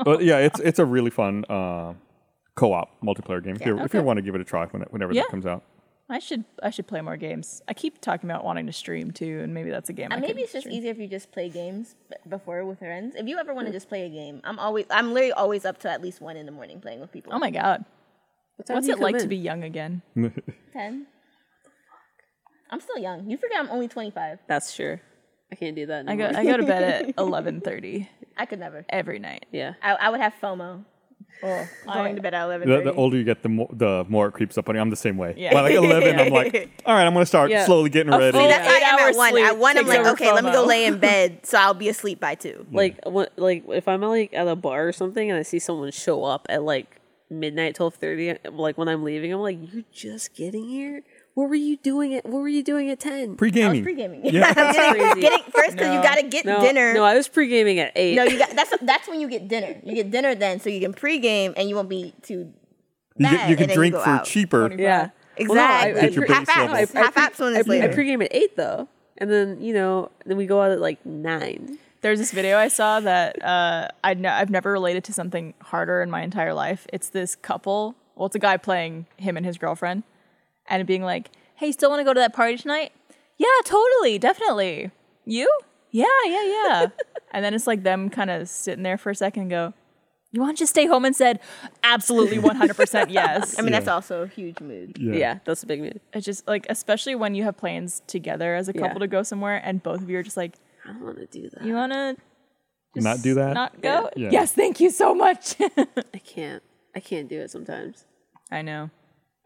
but yeah, it's it's a really fun uh, co-op multiplayer game. if you if you want to give it a try when it, whenever Yeah. that comes out. I should I should play more games. I keep talking about wanting to stream too, and maybe that's a game. I Uh, maybe could it's just stream. easier if you just play games b- before with friends. If you ever want to just play a game, I'm always, I'm literally always up to at least one in the morning playing with people. Oh my god, time what's do you it like come to in? be young again? ten. I'm still young. You forget I'm only 25. That's sure. I can't do that. I go anymore. I go to bed at eleven thirty I could never. every night. Yeah. I, I would have FOMO. Oh, going to bed at 11. The, the older you get, the more the more it creeps up on you. I'm the same way. Yeah. Oh, By like 11, I'm like, all right, I'm gonna start Yeah. slowly getting ready. full- That's how Eight I am hours at one. sleep At one, I'm takes like, over okay, let me go FOMO. lay in bed, so I'll be asleep by two. Like what? Like if I'm like at a bar or something and I see someone show up at like midnight, twelve thirty, like when I'm leaving, I'm like, "You're just getting here? What were you doing at? What were you doing at ten? I was Pre-gaming. Oh, pre-gaming. Yeah. I'm Crazy. getting, getting first because you No. got to get no, dinner. No, I was pre gaming at eight. no, you got that's that's when you get dinner. You get dinner then, so you can pregame and you won't be too. You, Bad, get, you and can then you drink go for out. cheaper. yeah. Well, no, I- Exactly. I Get your pre- base level. half apps. Half apps when I, it's pre- I later. pregame at eight though, and then you know, then we go out at like nine. There's this video I saw that uh, I know I've never related to something harder in my entire life. It's this couple. Well, it's a guy playing him and his girlfriend, and being like, "Hey, you still want to go to that party tonight? Yeah, totally, definitely. You? Yeah, yeah, yeah." and then it's like them kind of sitting there for a second and go, "You want to just stay home?" And said, "Absolutely, 100 percent yes." I mean, that's also a huge mood. Yeah, that's a big move. It's just like, especially when you have plans together as a couple to go somewhere, and both of you are just like, I don't want to do that. "You want to Not do that. not go?" Yeah. Yeah. Yes, thank you so much. I can't. I can't do it sometimes. I know.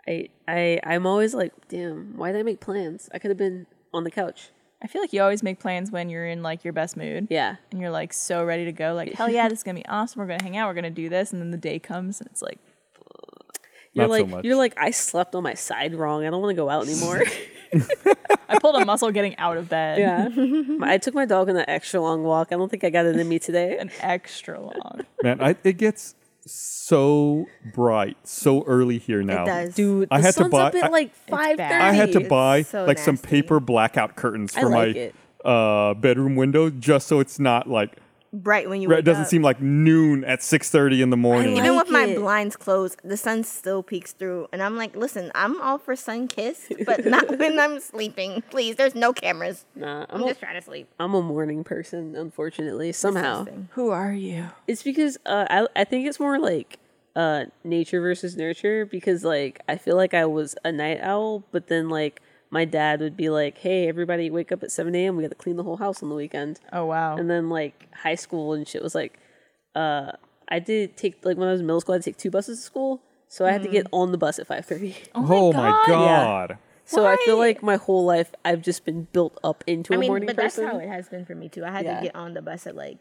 I I I'm always like, damn, why did I make plans? I could have been on the couch. I feel like you always make plans when you're in like your best mood. Yeah. And you're like so ready to go. Like, hell yeah, this is gonna be awesome. We're gonna hang out. We're gonna do this. And then the day comes and it's like, You're Not so like much. you're like I slept on my side wrong. I don't want to go out anymore. I pulled a muscle getting out of bed. yeah. My- I took my dog on an extra long walk. I don't think I got it in me today. An extra long. Man, I, it gets so bright so early here now. does. Dude, I the had to sun's buy- up at I- like five thirty. bad. I had to It's buy so like some nasty. paper blackout curtains I for like my it. uh, bedroom window just so it's not like Bright when you wake it doesn't up. seem like noon at 6:30 in the morning. like- Even with my it. blinds closed, the sun still peeks through, and I'm like, "Listen, I'm all for sun kiss, but not when I'm sleeping. Please, there's no cameras. Nah, I'm I'm, a, just trying to sleep." I'm a morning person, unfortunately. Somehow, Disgusting. Who are you? it's because uh, I I think it's more like uh nature versus nurture because like I feel like I was a night owl, but then like my dad would be like, "Hey, everybody, wake up at seven a.m. We got to clean the whole house on the weekend." Oh wow. And then like high school and shit was like, uh, I did take like when I was in middle school, I had to take two buses to school, so I had to get Mm. on the bus at five thirty. oh my god. God. So I feel Why? like my whole life I've just been built up into a I mean, morning but person. that's how it has been for me too. I had Yeah. to get on the bus at like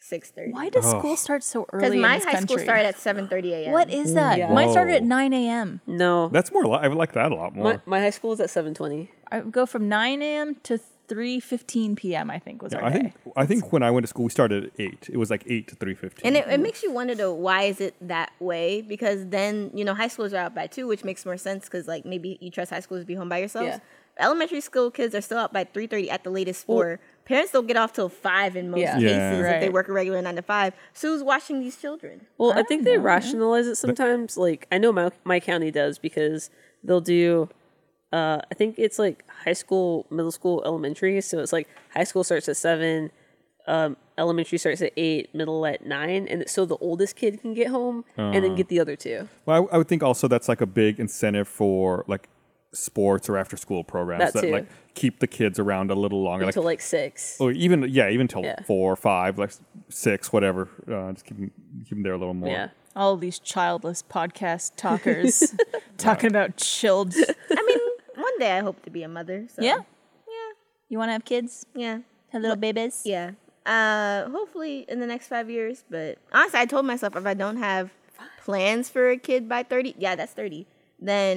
six thirty Why does school start so early? because in my high this school country? started at seven thirty a.m. What is that? Yeah. Mine started at Whoa. 9 a.m. no, That's more li- I like that a lot more. my, my high school is at seven twenty. I would go from 9 a.m. to 3:15 p.m. I think was our I day. think I think when I went to school we started at 8. It was like 8 to 3:15. And it, it makes you wonder though, why is it that way? Because then you know high schools are out by two, which makes more sense because like maybe you trust high schools to be home by yourselves. Yeah. Elementary school kids are still out by three thirty at the latest four. Parents don't get off till five in most Yeah. cases Yeah. if they Right. work a regular nine to five. So who's watching these children? Well, I, think they rationalize it sometimes. Like I know my my county does because they'll do. Uh, I think it's like high school, middle school, elementary. So it's like high school starts at seven, um, elementary starts at eight, middle at nine, and so the oldest kid can get home and Uh-huh. then get the other two. Well, I, I would think also that's like a big incentive for like sports or after school programs That too. like keep the kids around a little longer, like, until like six. or Oh, even yeah, even till Yeah. four, five, like six, whatever. Uh, just keep them, keep them there a little more. Yeah. All of these childless podcast talkers talking about chilled. I mean, one day I hope to be a mother. So. yeah. You want to have kids? yeah, Have little babies? yeah. Uh, hopefully in the next five years. But honestly, I told myself if I don't have plans for a kid by thirty, yeah, that's thirty. Then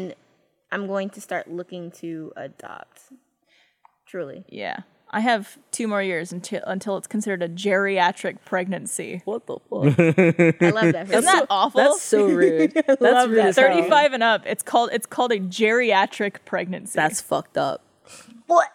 I'm going to start looking to adopt. Truly. Yeah. I have two more years until until it's considered a geriatric pregnancy. What the fuck? I love that. Isn't that awful? That's so rude. That's Love rude. that. as hell. 35 and up. It's called it's called a geriatric pregnancy. That's fucked up. what?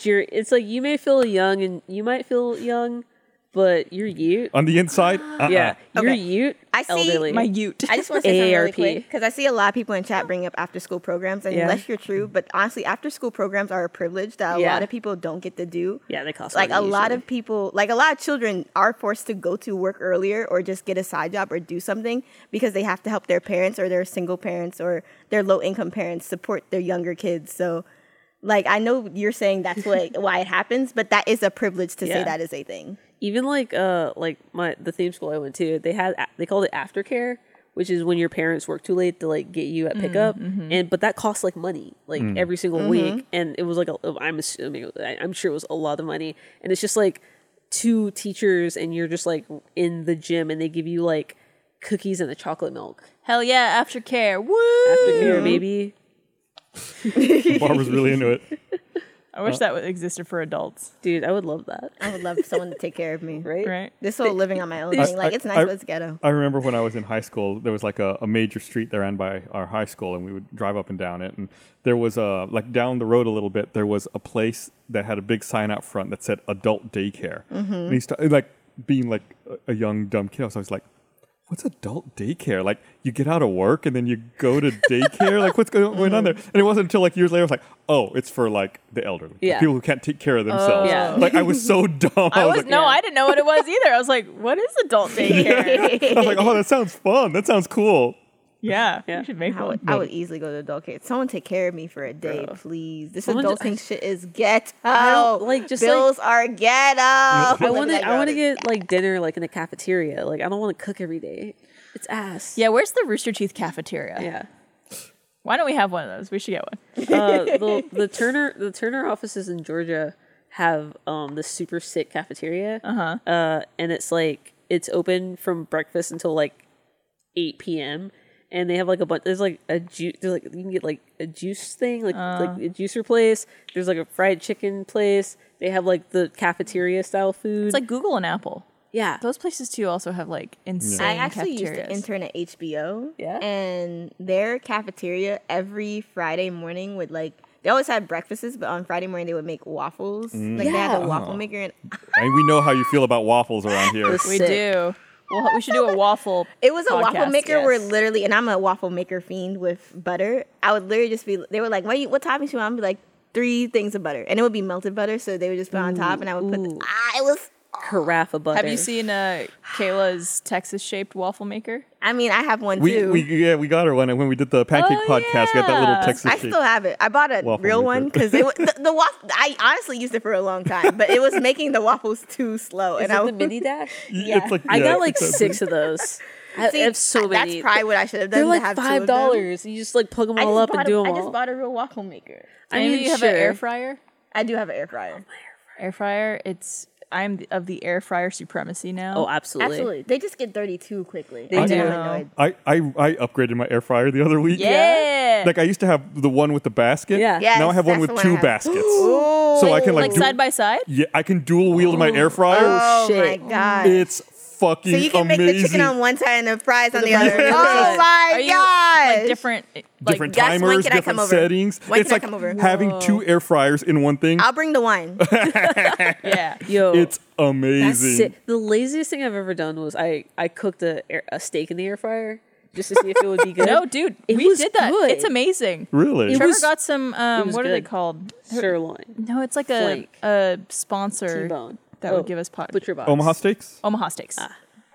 You're, it's like you may feel young and you might feel young, but you're you. On the inside, uh-uh. Uh-huh. Yeah, you're Okay. you. I see elderly. My ute. I just want to say something really AARP. quick because I see a lot of people in chat bring up after school programs, and Yeah. unless you're true, but honestly, after school programs are a privilege that a Yeah. lot of people don't get to do. Yeah, they cost like a money lot usually. of people, like a lot of children are forced to go to work earlier or just get a side job or do something because they have to help their parents or their single parents or their low income parents support their younger kids. So, like, I know you're saying that's what why it happens, but that is a privilege to Yeah. say that is a thing. even like uh like my the theme school I went to, they had they called it aftercare, which is when your parents work too late to like get you at pickup, Mm-hmm, and but that costs like money, like every single week, and it was like a, I'm assuming I- I'm sure it was a lot of money, and it's just like two teachers, and you're just like in the gym, and they give you like cookies and a chocolate milk Hell yeah, aftercare. Woo! Mm-hmm. aftercare, maybe. Uh-uh. Barbara's really into it. I wish that would existed for adults, Dude, I would love that. I would love someone to take care of me. Right? right? This whole living on my own I- thing, like, I- it's nice, I- but it's ghetto. I remember when I was in high school, there was like a, a major street that ran by our high school, and we would drive up and down it. And there was a like down the road a little bit, there was a place that had a big sign out front that said adult daycare. And he started like being like a, a young dumb kid. I was always like, "What's adult daycare? Like you get out of work and then you go to daycare? like what's going going on there?" And it wasn't until like years later, I was like, "Oh, it's for like the elderly, the Yeah. people who can't take care of themselves." Yeah. Like I was so dumb. I was like, no, I didn't know what it was either. I was like, what is adult daycare? I was like, "Oh, that sounds fun. That sounds cool." yeah, you should make I would, one. I would easily go to adult care. Someone take care of me for a day, please. This Someone adulting just- shit is ghetto. don't- like, just, like- bills are ghetto. I want to. I want to get like dinner like in a cafeteria. Like I don't want to cook every day. It's ass. Yeah, where's the Rooster Teeth cafeteria? Yeah. Why don't we have one of those? We should get one. uh, the, the Turner the Turner offices in Georgia have um the super sick cafeteria. Uh-huh. Uh and it's like it's open from breakfast until like 8 p.m. And they have like a bunch. There's like a juice. There's like you can get like a juice thing, like Uh. like a juicer place. There's like a fried chicken place. They have like the cafeteria style food. It's like Google and Apple. yeah, Those places too also have like insane I actually used cafeterias. to intern at HBO. Yeah? And their cafeteria every Friday morning would like they always had breakfasts, but on Friday morning they would make waffles. Like they had Yeah. a waffle maker and I mean, we know how you feel about waffles around here. This- we Sick. do. Well, we should do a waffle. it was a waffle podcast, maker yes. where literally and I'm a waffle maker fiend with butter. I would literally just be they were like, What you what toppings you want? I'd be like, three things of butter. And it would be melted butter, so they would just put it on top and I would put ooh. ah, it was carafe of butter. Have you seen uh, Kayla's Texas-shaped waffle maker? I mean, I have one we, too. we yeah we got her one when we did the pancake Oh, podcast. We got that little yeah. Texas. I shape. still have it. I bought a Waffle real maker. one because the, the waffle. I honestly used it for a long time, but it was making the waffles too slow. Is and it I the was mini dash? yeah. It's like, I yeah, got like it's that- six of those. I, I have so many. That's probably what I should have done. They're to like have two of five them. dollars. You just like plug them I all just up and bought do a- them all. I just bought a real waffle maker. I Any of mean, you have an air sure. fryer? I do have an air fryer. Air fryer. It's I'm th- of the air fryer supremacy now. Oh, absolutely. Absolutely, they just get dirty too quickly. They I'm do. annoyed. I, I I upgraded my air fryer the other week. yeah. Like I used to have the one with the basket. Yeah. Yes, now I have one with that's the one I two have. baskets. so I can like, like du- side by side. yeah, I can dual wield my air fryer. Oh shit. my god! It's fucking so you can amazing. make the chicken on one side and the fries on the other. butter. Oh Are my you, god! Like different. eh, Like, different Yes, when timers, can I different come over? settings. When it's can I like come over? having two air fryers in one thing. I'll bring the wine. Yeah. Yo, it's that's amazing. sick. The laziest thing I've ever done was I I cooked a, air, a steak in the air fryer just to see if it would be good. No, dude, It we was did that. good. It's amazing. Really? It Trevor was- got some. Um, was what are they good. called? sirloin, No, it's like a Flank. a sponsor T-bone. that Oh, Ah. would give us pot. butcher box, Omaha steaks. Omaha steaks.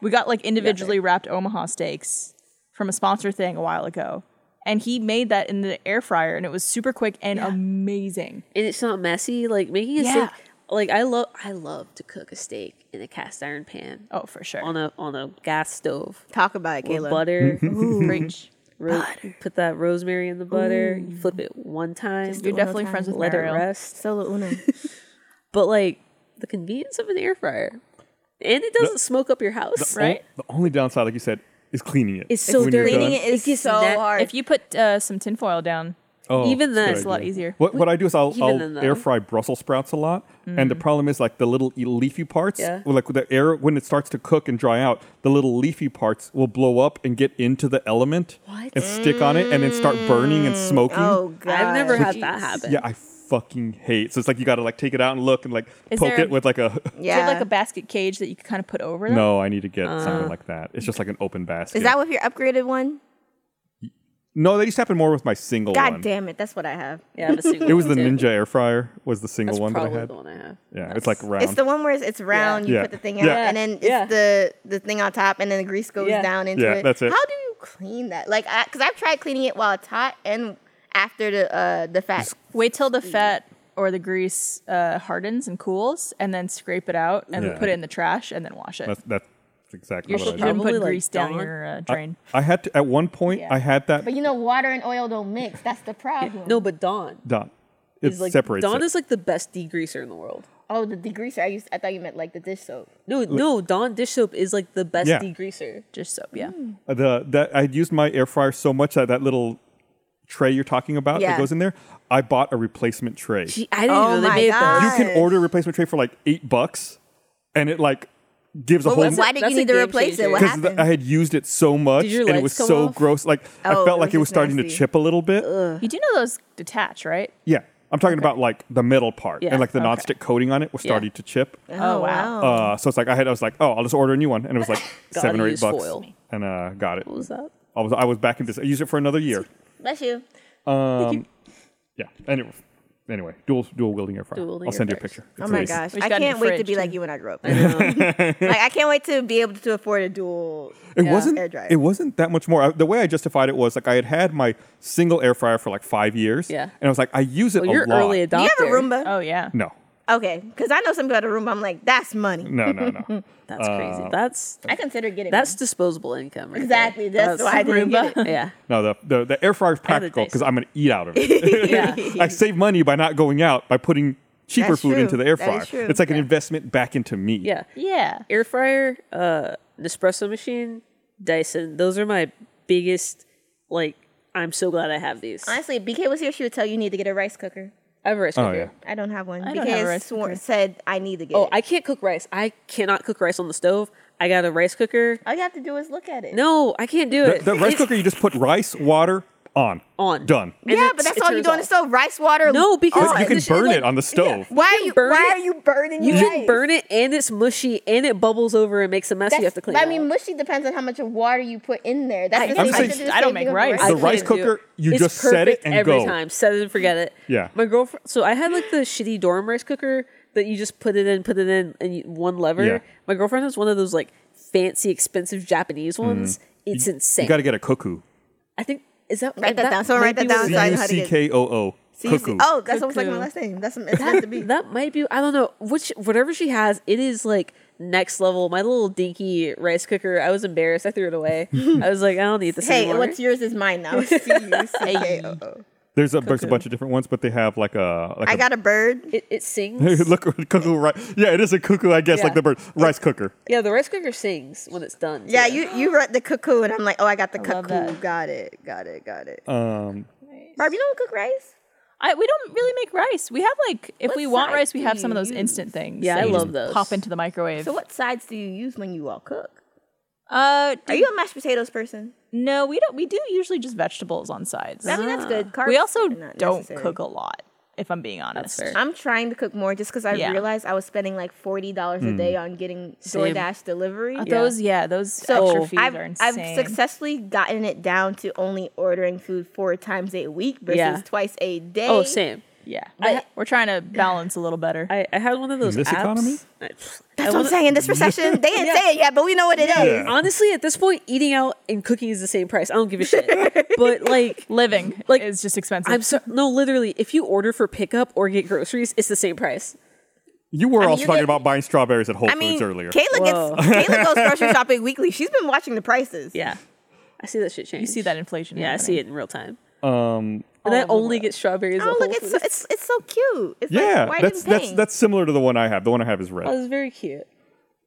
We got like individually wrapped Omaha steaks from a sponsor thing a while ago. And he made that in the air fryer and it was super quick and amazing. and it's not messy. Like making a Yeah. steak. Like I love I love to cook a steak in a cast iron pan Oh, for sure. on a on a gas stove. Talk about it, With Kayla. butter, Mm-hmm. Preach. ro- put that rosemary in the butter. You flip it one time. You're definitely friends with let Mariel. it rest. Solo uno. But like the convenience of an air fryer, and it doesn't smoke up your house, The on- right? The only downside, like you said, is cleaning it. It's so when you're dirty. done. Cleaning it is It gets so na- hard. If you put uh, some tinfoil down, Oh, Even then, good it's a lot idea. easier. What, what I do is I'll, Even then, I'll though. Mm. air fry Brussels sprouts a lot, and the problem is like the little e- leafy parts, Yeah. well, like the air when it starts to cook and dry out, the little leafy parts will blow up and get into the element What? Mm. and stick on it, and then start burning and smoking. Oh god! I've never had that happen. Yeah, I fucking hate. So it's like you got to like take it out and look and like Is poke there a- it with like a. do you Yeah. have like a basket cage that you could kind of put over them? no, I need to get something Uh. like that. It's just like an open basket. Is that with your upgraded one? no, that used to happen more with my single God one. damn it, that's what I have. Yeah, I have a single It was the one, too. Ninja air fryer was the single That's one that I probably had. the one I have. Yeah, it's like round. It's the one where it's, it's round, you Yeah. put the thing Yeah. out, Yeah. and then it's Yeah. the, the thing on top, and then the grease goes Yeah. down into Yeah, it. that's it. How do you clean that? Like, because I've tried cleaning it while it's hot and after the uh, the fat. Wait till the Mm. fat or the grease uh, hardens and cools and then scrape it out and Yeah. put it in the trash and then wash it. That's, that's exactly you what I shouldn't did. probably, put like, grease down gone. your uh, drain. I had to at one point. I had that But you know, water and oil don't mix. That's the problem. No, but Dawn done. It is like separates. Dawn it. is like the best degreaser in the world. Oh, the degreaser. I used. I thought you meant like the dish soap. No, no, Dawn dish soap is like the best Yeah. degreaser. Just soap, yeah. Mm. Uh, the that I'd used my air fryer so much that that little tray you're talking about Yeah. that goes in there. I bought a replacement tray. Gee, I didn't Oh even know my they made God. you that. can Nice. order a replacement tray for like eight bucks, and it like gives a whole. But why did that's you a need to game replace it? changer. What because happened? I had used it so much your and it lights was go so off? gross. Like I Oh, felt it like was it was just starting to nasty. chip a little bit. You do know those detach, right? Yeah, I'm talking about like the metal part Yeah, and like the okay. nonstick coating on it was Yeah. starting to chip. Oh, wow. Uh, so it's like I had, I was like, oh, I'll just order a new one, and it was like Gotta seven or eight use bucks, foil. and uh, got it. What was that? I was I was back in this. I used it for another year. Bless you. Yeah. Anyway, anyway, dual dual wielding air fryer. Dual-wielding I'll send air you a fryers. picture. Oh It's my amazing. gosh! We I got in the can't wait to fridge, be like too. you when I grow up. like I can't wait to be able to afford a dual. It yeah, wasn't. air dryer. It wasn't that much more. I, the way I justified it was like I had had my single air fryer for like five years. Yeah. And I was like, I use it Well, a you're lot. early adopter. Do you have a Roomba? Oh, yeah. no, Okay, because I know some people at a Roomba. I'm like, that's money. no, no, no. That's crazy. Uh, That's I consider getting that's one. disposable income. Right exactly. There. That's, why I didn't get it. yeah, no. The, the the air fryer is had a practical taste. because I'm gonna eat out of it. yeah. I save money by not going out by putting cheaper That's food true. into the air That is fryer. true. It's like an investment back into me. Yeah. Yeah. Air fryer, uh, Nespresso machine, Dyson. Those are my biggest, like, I'm so glad I have these. I Honestly, if BK was here, she would tell you, you need to get a rice cooker. have a rice Oh cooker. yeah. I don't have one. I BK don't have a rice swore- cooker. said I need to get. Oh, it. I can't cook rice. I cannot cook rice on the stove. I got a rice cooker. All you have to do is look at it. No, I can't do The, it. the rice It's cooker, you just put rice, water on. on. Done. And yeah, it's- but that's it all you turns do on the off. stove. Rice water. No, because on. You can this is burn like- it on the stove. why are you? burn Why it. are you burning? You rice? can burn it and it's mushy and it bubbles over and makes a mess That's, you have to clean I out. mean, mushy depends on how much water you put in there. That's the I'm same- I saying- could do the I don't same make thing with rice. I The rice couldn't do cooker, it. you It's just set it perfect and every go. time. Set it and forget it. Yeah. My girlfriend. So I had like the shitty dorm rice cooker that you just put it in, put it in, and you, one lever. Yeah. My girlfriend has one of those like fancy, expensive Japanese ones. It's insane. Mm-hmm. You got to get a cuckoo. I think is that Write that down. Someone might write that be what down. it C So I is. U know how to C get- K O O. See, see- Cuckoo. Oh, that's almost like my Cuckoo. last name. That's it's meant to be. That might be. I don't know. Which whatever she has, it is like next level. My little dinky rice cooker. I was embarrassed. I threw it away. I was like, I don't need this Hey, anymore. what's yours is mine now. C-U-C-K-O-O. There's a, there's a bunch of different ones, but they have like a. Like I a- got a bird. It, it sings. Look, cuckoo rice. Yeah, it is a cuckoo, I guess, Yeah. like the bird. Rice cooker. Yeah, the rice cooker sings when it's done. Yeah, too. you you wrote the cuckoo, and I'm like, oh, I got the cuckoo. love that. Got it, got it, got it. Um, Barb, you don't cook rice? I, we don't really make rice. We have like if we What want side rice, we do have you some of those use? instant things. Yeah, that I you just love those. Pop into the microwave. So, what sides do you use when you all cook? Uh, do Are you a mashed potatoes person? No, we don't. We do usually just vegetables on sides. I mean, that's good. Carbs Ah. we also are not don't necessary. cook a lot. If I'm being honest, fair. I'm trying to cook more just because I Yeah. realized I was spending like forty dollars a day on getting DoorDash delivery. But those yeah, those extra fees I've, are insane. I've successfully gotten it down to only ordering food four times a week versus Yeah. twice a day. Oh, same. yeah, I- we're trying to balance a little better. I, I had one of those In this apps. economy? I, I That's what I'm wanna- saying. This recession, they didn't say it yet, but we know what it is. Honestly, at this point, eating out and cooking is the same price. I don't give a shit. but like, Living Like, is just expensive. I'm so no, literally, if you order for pickup or get groceries, it's the same price. you were also talking you're getting- about buying strawberries at Whole I Foods mean, earlier. Kayla Whoa. gets Kayla goes grocery shopping weekly. She's been watching the prices. Yeah, I see that shit change. you see that inflation? Yeah, I happening. see it in real time. um, And I only get strawberries. Oh at look, Whole it's so, Foods. it's it's so cute. It's yeah, like why that's are you that's paying? that's similar to the one I have. The one I have is oh, red. it's very cute.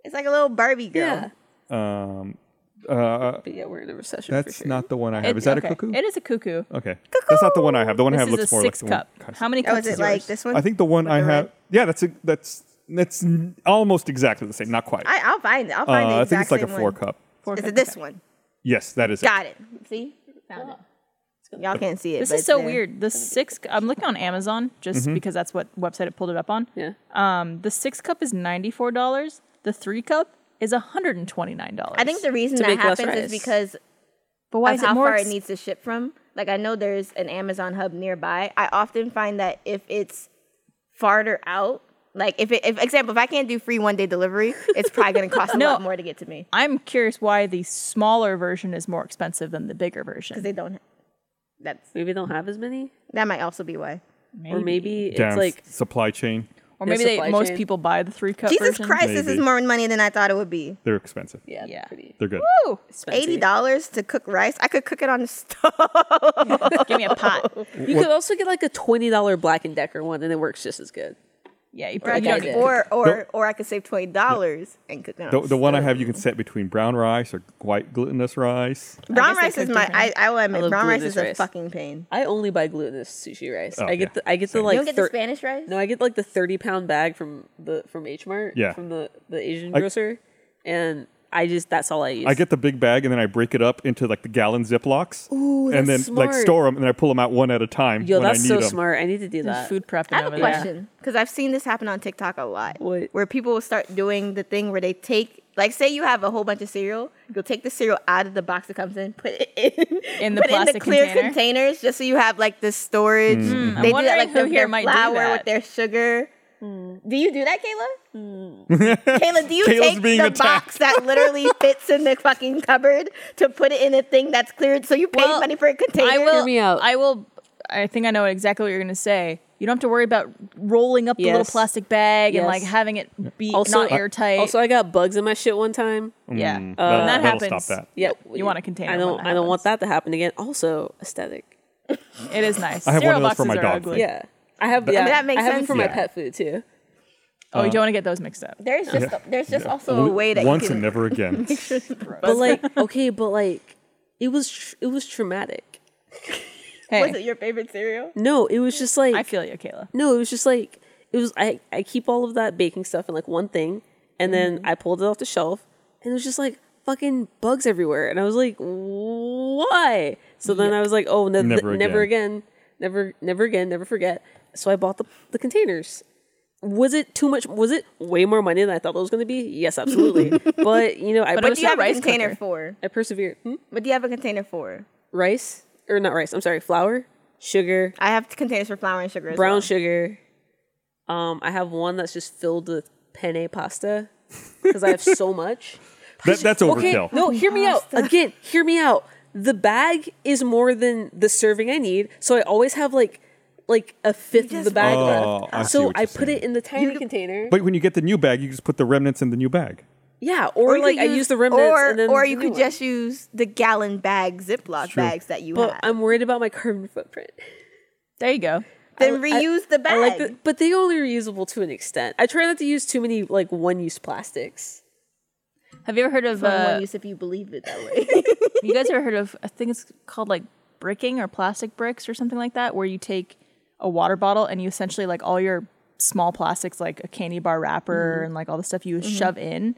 it's like a little Barbie girl. Yeah, Um, uh, but yeah, we're in a recession. for that's sure. not the one I have. It- Is that okay. a cuckoo? It is a cuckoo. Okay, that's not the one I have. The one I This have is looks a more six like the cup. one. How many Oh, cups is it is like yours? this one? I think the one I the have. red? Yeah, that's a, that's that's n- almost exactly the same. Not quite. I, I'll find it. I'll Uh, find the I think exact it's like a same four one. cup. Four Is cups, it this okay. one? Yes, that is it. Got it. See, y'all can't see it. This but is it's so there. weird. The six. I'm looking on Amazon just because that's what website it pulled it up on. Yeah. Um, the six cup is ninety four dollars. The three cup is one hundred and twenty nine dollars. I think the reason To that make less happens is rice. because but why of is how it more? far ex- it needs to ship from. Like I know there's an Amazon hub nearby. I often find that if it's farther out, like if it, if example, if I can't do free one day delivery, it's probably going to cost a lot more to get to me I'm curious why the smaller version is more expensive than the bigger version. because they don't. That's Maybe they don't have as many, that might also be why. or maybe it's Damn like supply chain. or Yeah, maybe they, supply most chain. people buy the three cup Jesus version. Christ, this is Maybe. more money than I thought it would be. They're expensive. yeah, Yeah. pretty They're good. Woo! expensive. Eighty dollars to cook rice. I could cook it on the stove. Give me a pot. You could also get like a twenty dollar Black and Decker one, and it works just as good. Yeah, you Or I probably don't could- need did. or or, or I could save twenty dollars and cook it on The, the the one I have, you can set between brown rice or white glutinous rice. Brown guess I rice is cooked my. different. I, I will admit, love brown rice is glutinous a rice. fucking pain. I only buy glutinous sushi rice. I get yeah. the I get the like you don't get thir- the Spanish rice. no, I get like the thirty pound bag from the from H Mart. Yeah. from the the Asian I- grocer, and I just that's all I use. I get the big bag and then I break it up into like the gallon Ziplocs, and then that's like smart. store them and I pull them out one at a time yo, when I that's need so them. smart. I need to do that. food prepping I have over a there. question because I've seen this happen on TikTok a lot. What? Where people will start doing the thing where they take, like, say you have a whole bunch of cereal, you'll take the cereal out of the box it comes in, put it in, In the put it in the plastic clear container? Hmm. containers, just so you have like this storage. They do that wondering like who with here their might do flour that. with their sugar. Do you do that, Kayla? Hmm. Kayla, do you Kayla's take being the attacked. box that literally fits in the fucking cupboard to put it in a thing that's cleared so you paid Well, money for a container? I will. me out. I will. I think I know exactly what you're going to say. You don't have to worry about rolling up the little Yes. plastic bag and Yes. like having it be Also- not airtight. Also, I got bugs in my shit one time. yeah, Mm, that'll- that that'll happens. stop that. Yeah, you want a container I when don't. that I don't want happens. that to happen again. Also, aesthetic. It is nice. I have one Cereal of those for boxes my are dog, ugly. thank Yeah, I have yeah, that makes I have sense. it for my Yeah. pet food too. Oh, you don't want to get those mixed up. There's just a- there's just also a Only way that once you can, and never again. But like okay, but like it was tr- it was traumatic. Hey, Was it your favorite cereal? No, it was just like I feel you, Kayla. No, it was just like it was. I I keep all of that baking stuff in like one thing, and then I pulled it off the shelf, and it was just like fucking bugs everywhere, and I was like, why? So then I was like, oh, ne- Never th- never again, never, never again, never forget. So I bought the the containers. Was it too much? Was it way more money than I thought it was going to be? Yes, absolutely. but you know, I What do you persevered. have a rice container cooker. for? I persevered. Hmm? What do you have a container for? Rice or not rice? I'm sorry, flour, sugar, I have containers for flour and sugar. As brown well. sugar. Um, I have one that's just filled with penne pasta because I have so much. That, that's Okay, overkill. no, hear me out. Again, hear me out. The bag is more than the serving I need, so I always have like like a fifth of the bag Oh, left. I see so what I you're put it in the tiny container. But when you get the new bag, you just put the remnants in the new bag. yeah, or, you like could I use the remnants, or, and then or the you new could one. just use the gallon bag Ziploc true. bags that you But have. I'm worried about my carbon footprint. There you go. then I- reuse the bag. I like the, but they only are usable to an extent. I try not to use too many like one-use plastics. Have you ever heard of? For Uh, one use if you believe it that way. you guys ever heard of? I think it's called like bricking or plastic bricks or something like that, where you take a water bottle and you essentially like all your small plastics, like a candy bar wrapper Mm-hmm. and like all the stuff you shove in,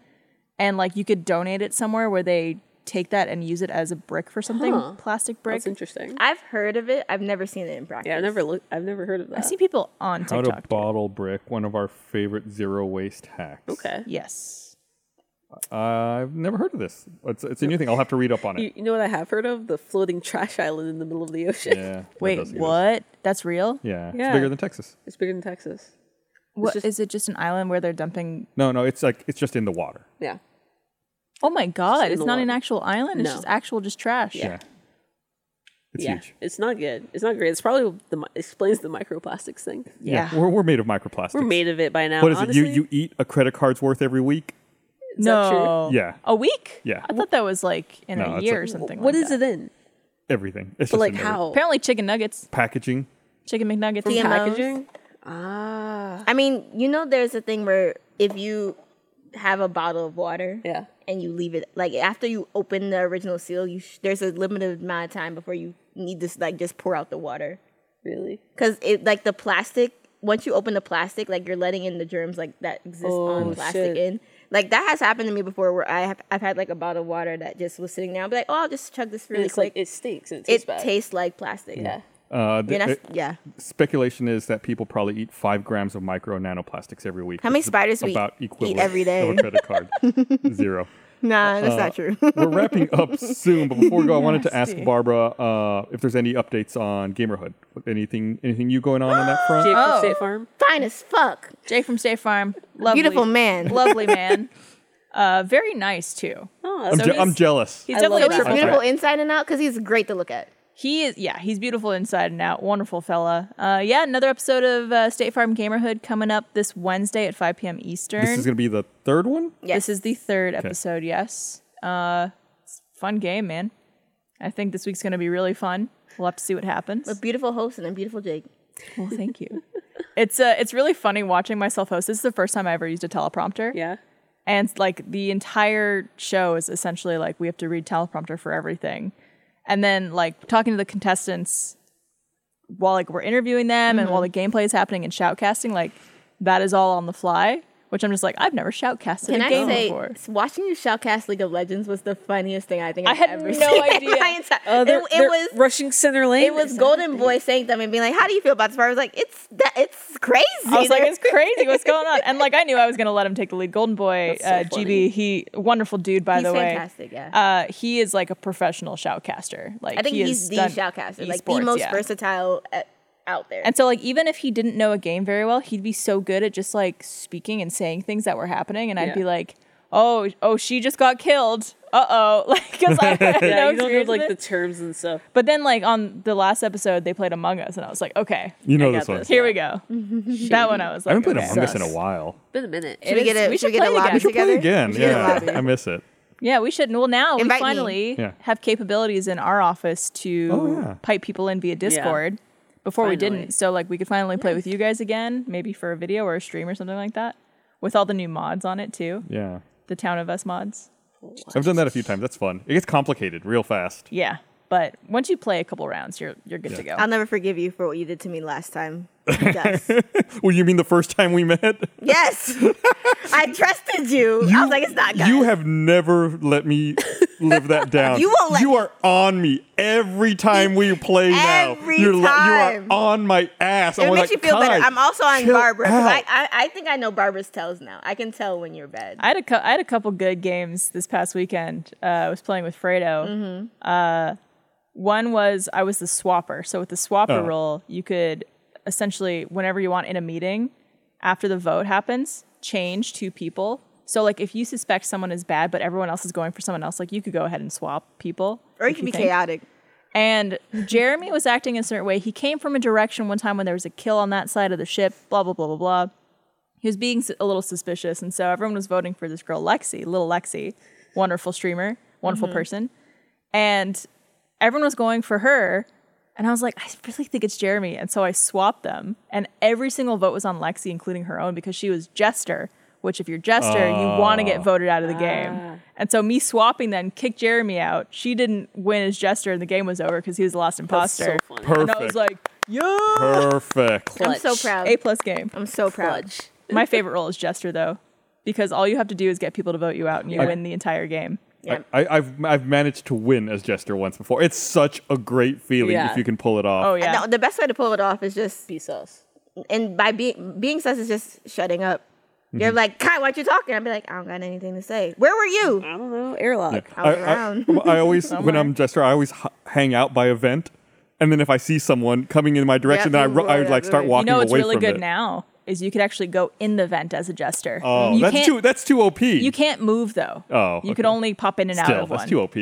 and like you could donate it somewhere where they take that and use it as a brick for something. Plastic brick. That's interesting. I've heard of it. I've never seen it in practice. Yeah, I've never looked. I've never heard of that. I see people on How TikTok. to bottle brick, one of our favorite zero waste hacks. okay. yes. Uh, I've never heard of this. It's, it's a new thing. I'll have to read up on You, it. you know what I have heard of? The floating trash island in the middle of the ocean. Yeah. that Wait, does exist. what? That's real? Yeah, Yeah. It's bigger than Texas. It's bigger than Texas. What is just- it? Just an island where they're dumping? No, no, it's like it's just in the water. Yeah. Oh my god! in It's the not an water. actual island. It's No. just actual just trash. Yeah. It's yeah. huge. It's not good. It's not great. It's probably the mi- explains the microplastics thing. Yeah. Yeah. We're, we're made of microplastics. We're made of it by now. What is honestly. it? You you eat a credit card's worth every week? Is that true? No. Yeah. A week? Yeah. I thought that was like in No, a it's year a- or something. What like is that. it in? Everything. It's But just like in every- how? Apparently, chicken nuggets, packaging. chicken McNuggets. From Yeah. Pac- Packaging. Ah. I mean, you know, there's a thing where if you have a bottle of water Yeah. and you leave it, like after you open the original seal, you sh- there's a limited amount of time before you need to s- like just pour out the water Really? because it like the plastic. Once you open the plastic, like you're letting in the germs like that exist Oh, on plastic shit. in. Like that has happened to me before, where I have I've had like a bottle of water that just was sitting there. I'll be like, oh, I'll just chug this really it's quick. like it stinks and it tastes it bad. tastes like plastic. Yeah. Uh, the, And that's, uh, yeah. speculation is that people probably eat five grams of micro nanoplastics every week. How many which is spiders we about eat equivalent every day? Of a credit card. Zero. Nah, that's not true. We're wrapping up soon, but before we go, I wanted to ask Barbara uh, if there's any updates on Gamerhood. Anything, anything you going on on that front? Jake Oh. from State Farm. Fine as fuck. Jake from State Farm. Lovely, Beautiful man. lovely man. Uh, very nice too. Oh, I'm, so je- he's- I'm jealous. he's I definitely love So a he's that. Okay. beautiful inside and out because he's great to look at. He is, yeah, he's beautiful inside and out. Wonderful fella. Uh, yeah, another episode of uh, State Farm Gamerhood coming up this Wednesday at 5 p.m. Eastern. This is going to be the third one. This is the third episode, yes. Uh, it's a fun game, man. I think this week's going to be really fun. We'll have to see what happens. A beautiful host and a beautiful Jake. Well, thank you. it's uh, it's really funny watching myself host. This is the first time I ever used a teleprompter. Yeah. And like the entire show is essentially like we have to read teleprompter for everything. And then like talking to the contestants while like we're interviewing them and while the Mm-hmm. gameplay is happening and shoutcasting, like that is all on the fly, which I'm just like, I've never shoutcasted Can a I game say, before. watching you shoutcast League of Legends was the funniest thing I think I I've had ever no seen idea. in my entire- Oh, they're- it, it they're was rushing center lane. it was Golden Boy saying something, being like, "How do you feel about this?" part?" I was like, "It's that it's crazy." I was like, They're- it's crazy. What's going on? And like, I knew I was going to let him take the lead. Golden Boy, so uh, funny. GB, he wonderful dude, by He's the way. fantastic, yeah. Uh, he is like a professional shoutcaster. Like, I think he has he's the done shoutcaster, like the esports, most yeah. versatile uh, out there. And so, like, even if he didn't know a game very well, he'd be so good at just like speaking and saying things that were happening, and I'd Yeah. be like, "Oh, oh, she just got killed. Uh oh." Like, because I had no Yeah, you don't know experience with like the it. terms and stuff. But then, like on the last episode, they played Among Us, and I was like, "Okay, You know got this one. this. here we go." that one, I was I like, haven't played okay. Among Us in a while. Been a minute. should we is- get a we should should we get play a it lobby again. We should together? Play again. should get a Yeah, lobby. I miss it. Yeah, we should. Well, now Invite we me. finally Yeah. have capabilities in our office to Oh, yeah. pipe people in via Discord. Before we Finally. didn't, so like we could finally play with you guys again, maybe for a video or a stream or something like that, with all the new mods on it too, Yeah. the Town of Us mods. I've done that a few times. That's fun. It gets complicated real fast. Yeah, but once you play a couple rounds, you're you're good to go. I'll never forgive you for what you did to me last time. Gus. Well, you mean the first time we met? yes, I trusted you. I was like, it's not Gus. You have never let me live that down. You won't let You me- are on me every time we play Every now. You're li- time. you are on my ass. It I'm makes like, you feel "Kai, better. I'm also on chill Barbara. 'cause I, out." I, I think I know Barbara's tells now. I can tell when you're bad. I had a cou- I had a couple good games this past weekend. Uh, I was playing with Fredo. Uh, Mm-hmm. one was I was the swapper. So with the swapper Oh. role, you could essentially whenever you want in a meeting, after the vote happens, change two people. So like if you suspect someone is bad, but everyone else is going for someone else, like you could go ahead and swap people. or you if can be think. chaotic. And Jeremy was acting a certain way. He came from a direction one time when there was a kill on that side of the ship, blah, blah, blah, blah, blah. He was being s- a little suspicious. And so everyone was voting for this girl, Lexi, little Lexi, wonderful streamer, wonderful person. And everyone was going for her. And I was like, I really think it's Jeremy. And so I swapped them. And every single vote was on Lexi, including her own, because she was Jester, which, if you're Jester, you want to get voted out of the Ah. game. And so me swapping then kicked Jeremy out. She didn't win as Jester, and the game was over because he was the last That's so imposter. funny. Perfect. and I was like, yeah. Perfect. I'm so Clutch. proud. A plus game. I'm so proud. Clutch. My favorite role is Jester, though, because all you have to do is get people to vote you out and you win the entire game. I, I've I've managed to win as Jester once before. It's such a great feeling Yeah. if you can pull it off. Oh, yeah. No, the best way to pull it off is just Be sus. and by being being sus is just shutting up. You're like, Kai, why aren't you talking? I'd be like, I don't got anything to say. Where were you? I don't know. Airlock. I was I, around. I always when I'm Jester, I always h- hang out by a vent, and then if I see someone coming in my direction, then Yeah, I, ru- ooh, I yeah, like start right. You walking You know what's away really from good it. now is you could actually go in the vent as a Jester. Oh, you that's can't- too that's too op. You can't move though. Oh, you could okay. only pop in and out Still, of one. that's too op.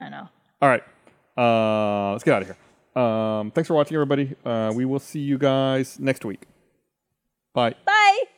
I know. All right, uh, let's get out of here. Um, thanks for watching, everybody. Uh, we will see you guys next week. Bye. Bye.